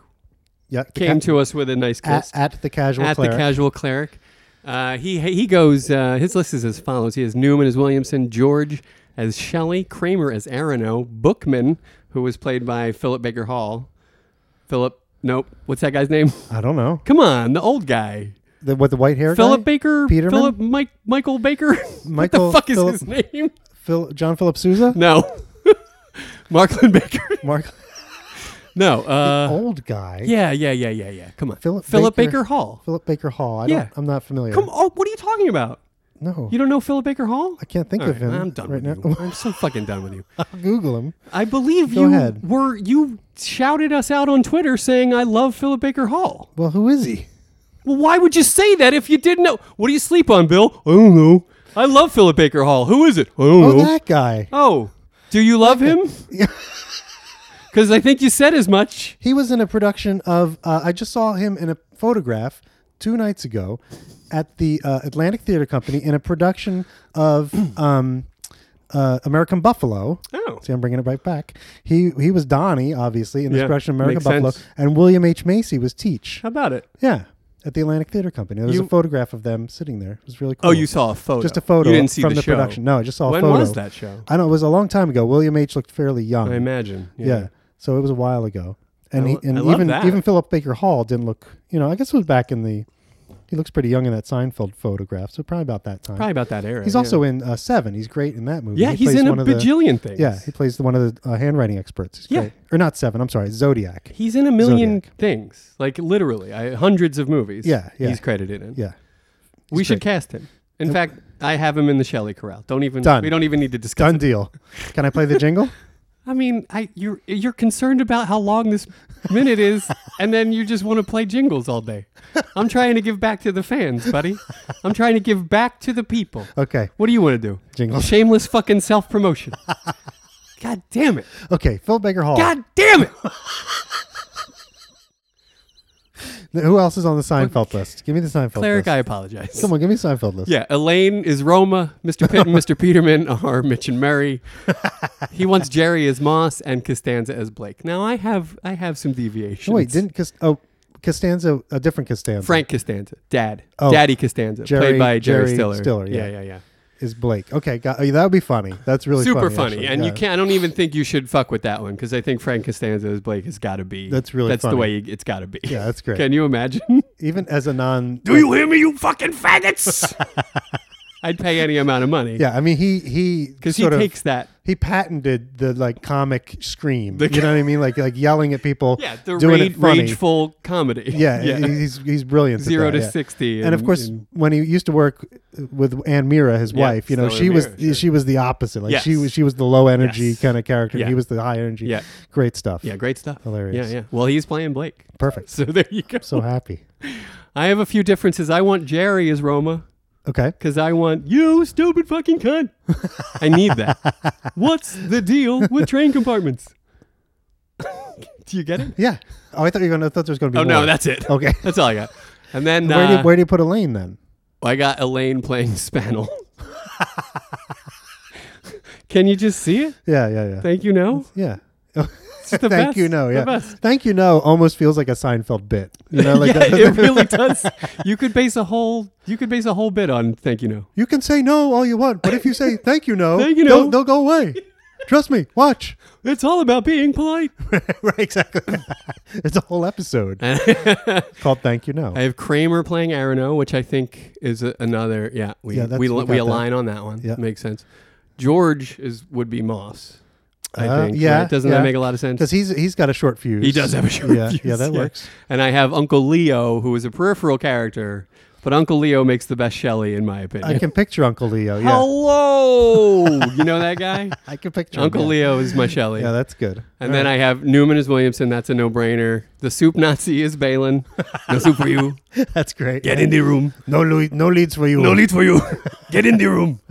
B: Yeah. the
A: came
B: ca-
A: to us with a nice
B: at,
A: kiss.
B: at the casual
A: at
B: cleric.
A: the casual cleric. Uh, he he goes. Uh, his list is as follows: He has Newman as Williamson, George as Shelley, Kramer as Arano, Bookman, who was played by Philip Baker Hall. Philip, nope. What's that guy's name?
B: I don't know.
A: Come on, the old guy.
B: The, what the white hair?
A: Philip
B: guy?
A: Baker.
B: Peterman?
A: Philip Mike Michael Baker.
B: Michael
A: what the fuck is
B: Philip-
A: his name?
B: Phil, John Philip Sousa?
A: No. Marklin Baker.
B: Mark
A: No. Uh,
B: old guy.
A: yeah, yeah, yeah, yeah, yeah. Come on.
B: Philip
A: Baker.
B: Baker-
A: Hall.
B: Philip Baker Hall. I
A: Yeah.
B: don't, I'm not familiar.
A: Come on. What are you talking about?
B: No.
A: You don't know Philip Baker Hall?
B: I can't think
A: All
B: of
A: right,
B: him.
A: I'm done
B: right
A: with
B: now.
A: you. I'm so fucking done with you.
B: Google him.
A: I believe
B: Go
A: you
B: ahead.
A: were you shouted us out on Twitter saying I love Philip Baker Hall.
B: Well, who is he?
A: Well, why would you say that if you didn't know? What do you sleep on, Bill? I don't know. I love Philip Baker Hall. Who is it? I don't
B: Oh,
A: know.
B: that guy.
A: Oh, do you love him?
B: Yeah.
A: Because I think you said as much.
B: He was in a production of. Uh, I just saw him in a photograph two nights ago at the uh, Atlantic Theater Company in a production of um, uh, American Buffalo.
A: Oh.
B: See, I'm bringing it right back. He he was Donnie, obviously, in this
A: Yeah,
B: production of American
A: makes
B: Buffalo,
A: sense.
B: and William H Macy was Teach.
A: How about it?
B: Yeah, at the Atlantic Theater Company. There's
A: You-
B: a photograph of them sitting there. It was really cool.
A: Oh, you saw a photo.
B: just a photo
A: You didn't see
B: from
A: the,
B: the,
A: show.
B: production. No, I just saw
A: When
B: a photo.
A: was that show?
B: I know it was a long time ago. William H looked fairly young.
A: I imagine.
B: yeah. so it was a while ago, and
A: I
B: he,
A: lo-
B: and
A: I love
B: even
A: that.
B: even Philip Baker Hall didn't look. You know, I guess it was back in the. He looks pretty young in that Seinfeld photograph, so probably about that time.
A: Probably about that era.
B: He's
A: yeah.
B: also in uh, Seven. He's great in that movie.
A: yeah.
B: He
A: he's
B: plays
A: in a
B: one of the-
A: bajillion things.
B: Yeah, he plays the, one of the uh, handwriting experts. He's
A: Yeah.
B: great. or not Seven. I'm sorry, Zodiac.
A: He's in a million
B: Zodiac.
A: things, like literally, I, hundreds of movies.
B: Yeah, yeah.
A: He's credited in.
B: Yeah,
A: we should
B: great.
A: cast him. In fact, I have him in the Shelley Corral. Don't even.
B: Done.
A: We don't even need to discuss.
B: done deal. Can I play the jingle?
A: I mean, I you're you're concerned about how long this minute is, and then you just want to play jingles all day. I'm trying to give back to the fans, buddy. I'm trying to give back to the people.
B: Okay.
A: What do you want to do?
B: Jingles.
A: Shameless fucking self promotion. God damn it.
B: Oh. Okay, Phil Baker Hall.
A: God damn it.
B: Who else is on the Seinfeld list? Give me the Seinfeld
A: Cleric, I
B: list.
A: apologize.
B: Come on, give me Seinfeld list.
A: Yeah, Elaine is Roma. Mr. Pitt and Mr. Peterman are Mitch and Murray. He wants Jerry as Moss and Costanza as Blake. Now I have I have some deviations.
B: Oh, wait, didn't Cast- oh, Costanza, a different Costanza
A: Frank Costanza, Dad,
B: Oh.
A: Daddy Costanza,
B: Jerry-
A: played by Jerry,
B: Jerry
A: Stiller.
B: Stiller,
A: yeah,
B: yeah.
A: yeah, yeah.
B: is Blake. Okay, got, oh, that would be funny. That's really
A: Super funny,
B: actually.
A: and you
B: Yeah.
A: can't. I don't even think you should fuck with that one because I think Frank Costanza as Blake has got to be.
B: That's really
A: That's
B: funny.
A: the way you, it's got to be.
B: Yeah, that's great.
A: Can you imagine?
B: even as a non.
A: Do you hear me, you fucking faggots? I'd pay any amount of money.
B: Yeah, I mean he he
A: because he
B: sort of-
A: takes that.
B: he patented the like comic scream. you know what I mean? Like like yelling at people.
A: Yeah, the
B: doing
A: rage,
B: it funny.
A: rageful comedy.
B: Yeah, he's he's brilliant. at
A: Zero
B: that,
A: to
B: yeah.
A: 60
B: And, of
A: and-
B: course,
A: and-
B: when he used to work with Ann Mira, his
A: Yeah,
B: wife, you know,
A: still
B: she
A: Ann
B: was
A: Mira, sure.
B: she was the opposite. Like she
A: Yes.
B: was she was the low energy
A: Yes.
B: kind of character. and
A: Yeah.
B: He was the high energy.
A: Yeah.
B: great stuff.
A: Yeah, great stuff.
B: Hilarious.
A: Yeah, yeah. Well, he's playing Blake.
B: perfect.
A: So there you go.
B: So happy.
A: I have a few differences. I want Jerry as Roma
B: Okay,
A: because I want you, stupid fucking cunt. I need that. What's the deal with train compartments? do you get it?
B: yeah. Oh, I thought you were gonna. I thought there was gonna be.
A: Oh, no,
B: more.
A: that's it.
B: okay.
A: That's all I got. And then
B: where, do
A: uh,
B: you, where do you put Elaine then?
A: I got Elaine playing Spaniel. Can you just see it?
B: Yeah, yeah, yeah.
A: Thank you, no?
B: yeah.
A: the
B: Thank
A: best,
B: you. No,
A: the
B: yeah.
A: best.
B: Thank you. No, almost feels like a Seinfeld bit. You know, like
A: yeah,
B: that-
A: it really does. You could base a whole you could base a whole bit on thank you no.
B: You can say no all you want, but if you say thank you, no,
A: Thank you,
B: they'll,
A: no.
B: they'll go away. Trust me. Watch.
A: It's all about being polite.
B: right, exactly. it's a whole episode called "Thank You No."
A: I have Kramer playing Arano, which I think is a, another yeah, we
B: Yeah, that's-
A: we,
B: we
A: we,
B: got that.
A: we align on that one.
B: Yeah.
A: Makes sense. George is would be Moss. I
B: Uh,
A: think.
B: yeah,
A: right? Doesn't
B: yeah.
A: that make a lot of sense?
B: because he's he's got a short fuse.
A: He does have a short
B: yeah,
A: fuse,
B: Yeah, that works.
A: And I have Uncle Leo, who is a peripheral character, but Uncle Leo makes the best Shelley, in my opinion.
B: I can picture Uncle Leo. Yeah,
A: Hello, you know that guy.
B: I can picture him,
A: Uncle
B: yeah.
A: Leo is my Shelley.
B: Yeah, that's good.
A: and then I have Newman is Williamson. That's a no-brainer. The soup Nazi is Balin. No soup for you.
B: that's great.
A: Get in the room.
B: No, le- no leads for you.
A: No lead for you. Get in the room.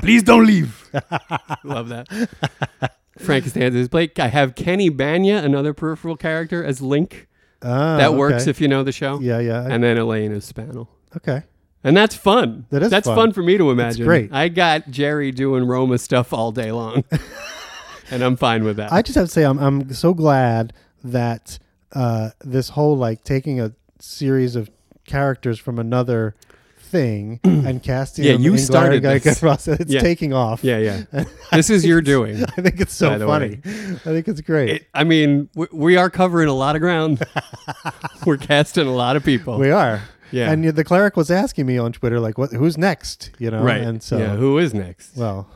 A: Please don't leave. Love that. Frank Costanza is Blake. I have Kenny Banya, another peripheral character, as Link.
B: Ah,
A: That works
B: okay.
A: if you know the show.
B: Yeah, yeah.
A: And then Elaine is Spaniel.
B: okay.
A: And that's fun.
B: That is
A: that's
B: fun.
A: fun. for me to imagine.
B: great.
A: I got Jerry doing Roma stuff all day long, and I'm fine with that.
B: I just have to say, I'm I'm so glad that uh, this whole like taking a series of characters from another thing and casting
A: Yeah,
B: them
A: you
B: in
A: started
B: Gladiator
A: this.
B: process. It's
A: Yeah.
B: taking off.
A: yeah, yeah. This is your doing.
B: I think it's so
A: By the
B: funny.
A: way.
B: I think it's great.
A: It, I mean, we, we are covering a lot of ground. We're casting a lot of people.
B: we are.
A: Yeah.
B: And the cleric was asking me on Twitter, like, what? Who's next? You know.
A: right.
B: And so,
A: yeah. Who is next?
B: well,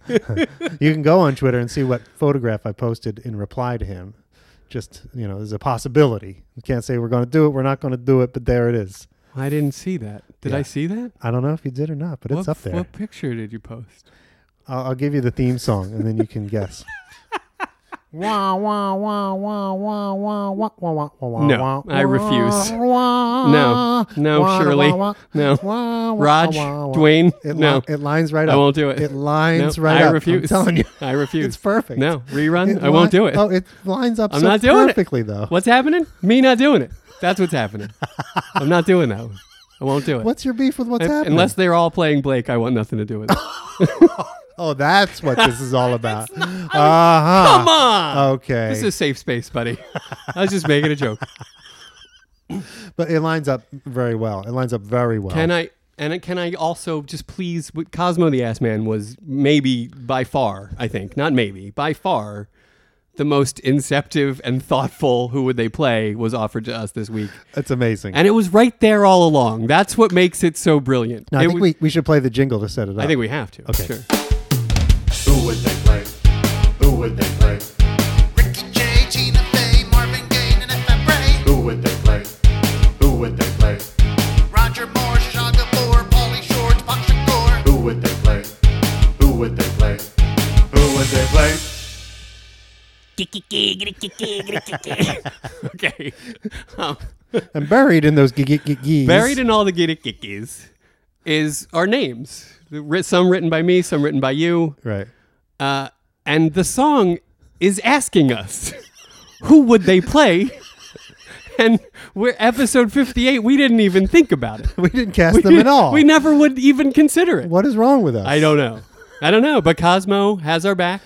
B: you can go on Twitter and see what photograph I posted in reply to him. Just you know, there's a possibility. We can't say we're going to do it. We're not going to do it, but there it is.
A: I didn't see that. Did
B: Yeah.
A: I see that?
B: I don't know if you did or not, but it's
A: what,
B: up there.
A: What picture did you post?
B: I'll, I'll give you the theme song, and then you can guess. Wah, wah, wah, wah, wah, wah, wah, wah, wah, wah, wah,
A: No,
B: wah,
A: I refuse.
B: wah,
A: No, no,
B: wah,
A: Shirley.
B: wah, wah,
A: No.
B: wah, wah,
A: Raj,
B: wah, wah.
A: Dwayne.
B: It,
A: no,
B: li- it lines right up.
A: I won't do it.
B: It lines right
A: I
B: up.
A: refuse.
B: I'm telling you.
A: I refuse.
B: It's perfect.
A: No rerun.
B: It Oh.
A: I won't
B: li-
A: do it.
B: Oh, it lines up
A: I'm
B: so
A: not doing it.
B: perfectly, though.
A: What's happening? Me not doing it. That's what's happening. I'm not doing that one. I won't do it.
B: What's your beef with what's
A: If-
B: happening?
A: Unless they're all playing Blake, I want nothing to do with it.
B: oh, that's what this is all about. Uh-huh.
A: Come on.
B: Okay.
A: This is a safe space, buddy. I was just making a joke.
B: but it lines up very well. It lines up very well.
A: Can I? And can I also just please? what Cosmo the Ass Man was maybe by far, I think, not maybe, by far, the most inceptive and thoughtful. Who would they play? Was offered to us this week,
B: It's amazing.
A: and it was right there all along. That's what makes it so brilliant.
B: No, I
A: It
B: think
A: was-
B: we, we should play the jingle to set it up.
A: I think we have to.
B: Okay.
A: Sure.
E: Who would they play? Who would they play?
F: Ricky Jay, Tina Fey, Marvin Gaye, and FMRay,
E: Who would they play? Who would they play?
F: Roger Moore, Shah Gabor, Pauly Shore, Tupac Shakur.
E: Who would they play? Who would they play? Who would they play?
A: Okay. Um,
B: and buried in those geeks.
A: buried in all the giddy is our names. The writ- Some written by me, some written by you.
B: right.
A: Uh, and the song is asking us. who would they play? And we're episode 58. We didn't even think about it.
B: We didn't cast them at all.
A: We never would even consider it.
B: What is wrong with us?
A: I don't know. I don't know. But Cosmo has our back.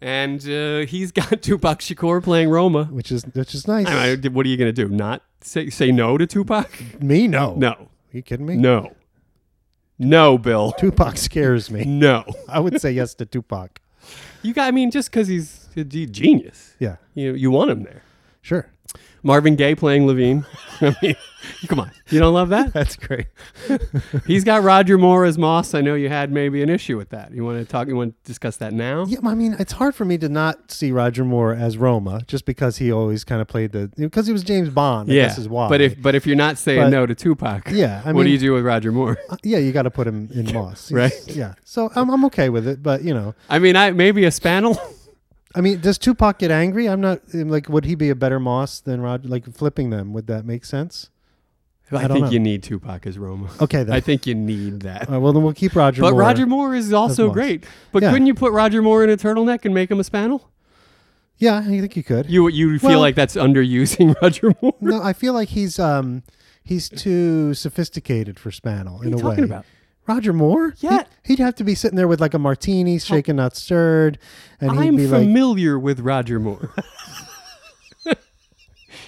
A: And uh, he's got Tupac Shakur playing Roma.
B: Which is which is nice.
A: I mean, what are you going to do? Not say, say no to Tupac?
B: me no.
A: No.
B: you kidding me?
A: No. No, Bill.
B: Tupac scares me.
A: No.
B: I would say yes to Tupac.
A: You got, I mean, just because he's a g- genius,
B: Yeah.
A: you, you want him there.
B: Sure.
A: Marvin Gaye playing Levine. I mean, come on. You don't love that?
B: That's great.
A: He's got Roger Moore as Moss. I know you had maybe an issue with that. You want to talk? You want to discuss that now?
B: Yeah, I mean, it's hard for me to not see Roger Moore as Roma just because he always kind of played the because he was James Bond. I guess is why.
A: But if but if you're not saying
B: But-
A: no to Tupac,
B: Yeah, I
A: what do
B: mean-
A: you do with Roger Moore?
B: Uh, yeah, you got to put him in Moss,
A: Right.
B: Yeah, so I'm I'm okay with it, but you know,
A: I mean, I maybe a Spanel.
B: I mean, does Tupac get angry? I'm not I'm like, would he be a better Moss than Roger? Like flipping them, would that make sense?
A: I,
B: don't
A: think
B: know.
A: you need Tupac as Roma.
B: Okay, then.
A: I think you need that.
B: All right, well, then we'll keep Roger.
A: but
B: Moore.
A: Roger Moore is also
B: Moss.
A: great. But
B: Yeah.
A: couldn't you put Roger Moore in a turtleneck and make him a Spanel?
B: yeah, I think you could.
A: You you feel
B: Well-
A: like that's underusing Roger Moore?
B: no, I feel like he's um he's too sophisticated for Spanel in
A: you
B: a
A: talking
B: way.
A: about?
B: Roger Moore?
A: Yeah.
B: He'd, he'd have to be sitting there with like a martini, shaken, not stirred, and he'd
A: I'm
B: be like,
A: familiar with Roger Moore.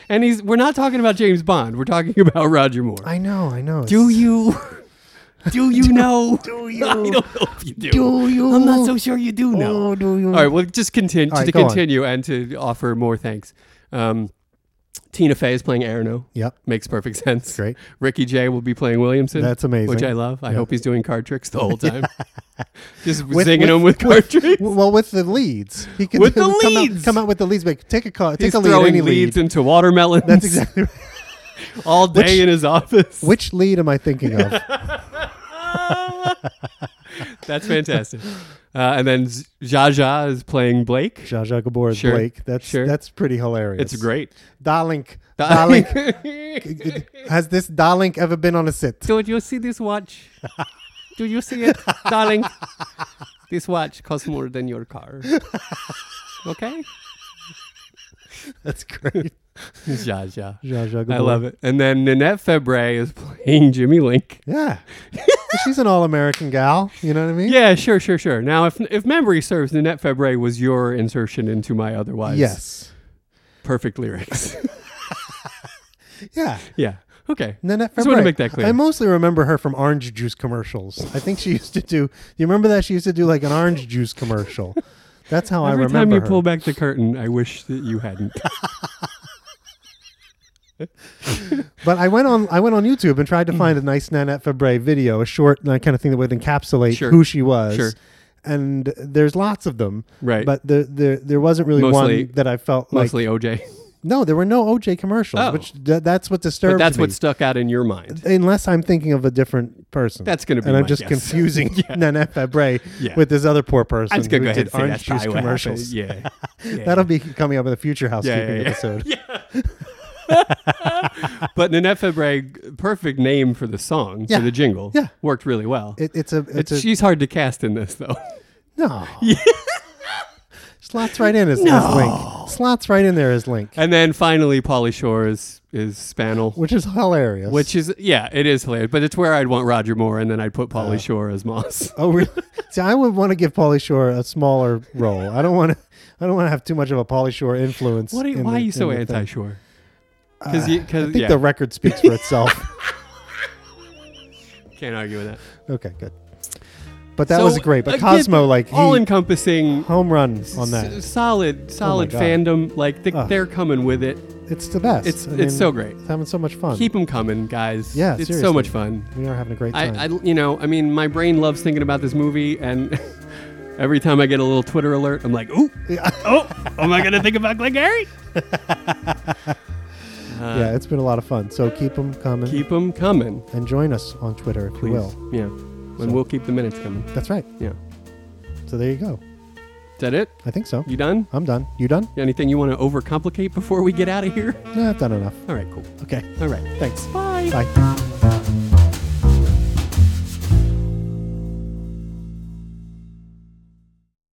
A: and he's we're not talking about James Bond. We're talking about Roger Moore.
B: "I know, I know."
A: do
B: it's-
A: you do you know?
B: Do you?
A: I don't know if you do.
B: Do you?
A: I'm not so sure you do know.
B: Oh, do you?
A: All right, well just continue
B: All right,
A: to
B: go on.
A: continue and to offer more thanks. Um, Tina Fey is playing Arno.
B: Yep.
A: Makes perfect sense.
B: Great.
A: Ricky Jay will be playing Williamson.
B: That's amazing.
A: Which I love. I
B: Yeah.
A: hope he's doing card tricks the whole time. Just
B: With-
A: zinging
B: with-
A: him with card tricks.
B: W- Well, with the leads, he can
A: With the
B: come
A: leads!
B: out, come out with the leads. Like, take a call, take
A: He's
B: a lead,
A: throwing
B: any lead.
A: leads into watermelons
B: That's exactly right.
A: all day
B: Which-
A: in his office.
B: Which lead am I thinking of?
A: That's fantastic. Uh, and then Z- Zsa Zsa is playing Blake.
B: Zsa Zsa Gabor is
A: Sure,
B: Blake. That's
A: sure.
B: that's pretty hilarious.
A: It's great.
B: Darlink, Darlink.
A: Darling,
B: Has this Darlink ever been on a sit?
A: do you see this watch? Do you see it, darling? This watch costs more than your car. Okay,
B: That's great.
A: Zsa Zsa.
B: Zsa Zsa
A: I
B: Gabor.
A: love it. And then Nanette Febre is playing Jimmy Link.
B: Yeah. She's an all American gal. You know what I mean?
A: Yeah, sure, sure, sure. Now, if if memory serves, Nanette Febre was your insertion into my otherwise
B: Yes.
A: perfect lyrics.
B: Yeah.
A: yeah. Okay.
B: Nanette
A: Just want
B: Fabre.
A: to make that clear.
B: I mostly remember her from orange juice commercials. I think she used to do. You remember that she used to do like an orange juice commercial. That's how
A: Every
B: I
A: time
B: remember
A: you
B: her.
A: pull back the curtain, I wish that you hadn't.
B: But I went on I went on YouTube and
A: Mm.
B: tried to find a nice Nanette Fabre video, a short uh, kind of thing that would encapsulate
A: Sure.
B: who she was.
A: Sure.
B: And there's lots of them.
A: Right.
B: But the, the, there wasn't really
A: Mostly-
B: one that I felt like.
A: Mostly OJ.
B: No, there were no OJ commercials,
A: Oh.
B: which th- that's what disturbed
A: But that's
B: me.
A: what stuck out in your mind.
B: unless I'm thinking of a different person.
A: That's gonna be
B: and
A: my
B: I'm just
A: guess.
B: confusing Nanette Fabre
A: Yeah.
B: with this other poor person
A: I'm just gonna
B: who
A: go ahead
B: did
A: and say
B: orange
A: that's
B: juice
A: probably what happened.
B: commercials.
A: Yeah. yeah.
B: That'll be coming up in the future
A: yeah,
B: housekeeping
A: yeah, yeah.
B: episode.
A: But Nanette Fabre, perfect name for the song,
B: Yeah.
A: for the jingle.
B: Yeah.
A: Worked really well.
B: It, it's a it's,
A: It's-
B: a
A: she's hard to cast in this though.
B: no. Slots right in as, as Link. Slots right in there as Link,
A: And then finally, Polly Shore is is Spanel,
B: which is hilarious.
A: which is yeah, it is hilarious. But it's where I'd want Roger Moore, and then I'd put
B: Uh,
A: Polly Shore as Moss.
B: oh really? See, I would want to give Pauly Shore a smaller role. I don't want to. I don't want to have too much of a Pauly Shore influence.
A: What are you,
B: in
A: why
B: the-
A: are you
B: in
A: so
B: the thing. Uh,
A: anti Shore? Because you
B: I
A: because
B: think
A: yeah,
B: the record speaks for itself.
A: can't argue with that.
B: Okay, good. But that
A: So,
B: was great. But
A: again,
B: Cosmo, like,
A: all
B: he,
A: encompassing
B: home run on
A: s-
B: that. Oh
A: solid solid
B: God.
A: fandom. Like th-
B: Ugh.
A: they're coming with it.
B: It's the best.
A: It's- it's so great.
B: It's having so much fun.
A: Keep them coming, guys.
B: Yeah,
A: it's so
B: seriously.
A: much fun.
B: we are having a great time.
A: I, I you know I mean my brain loves thinking about this movie and. Every time I get a little Twitter alert, I'm like, "Ooh, oh, am I gonna think about Glenn Gary?"
B: yeah, it's been a lot of fun. So keep them coming
A: uh, Keep them coming.
B: and join us on Twitter if
A: Please.
B: you will.
A: Yeah. And
B: So-
A: we'll keep the minutes coming.
B: That's right.
A: Yeah.
B: So there you go.
A: Is that it?
B: I think so.
A: You done?
B: I'm done. You done?
A: Anything you want to overcomplicate before we get out of here?
B: No, I've done enough.
A: All right, cool.
B: Okay.
A: All right.
B: Thanks.
A: Bye.
B: Bye.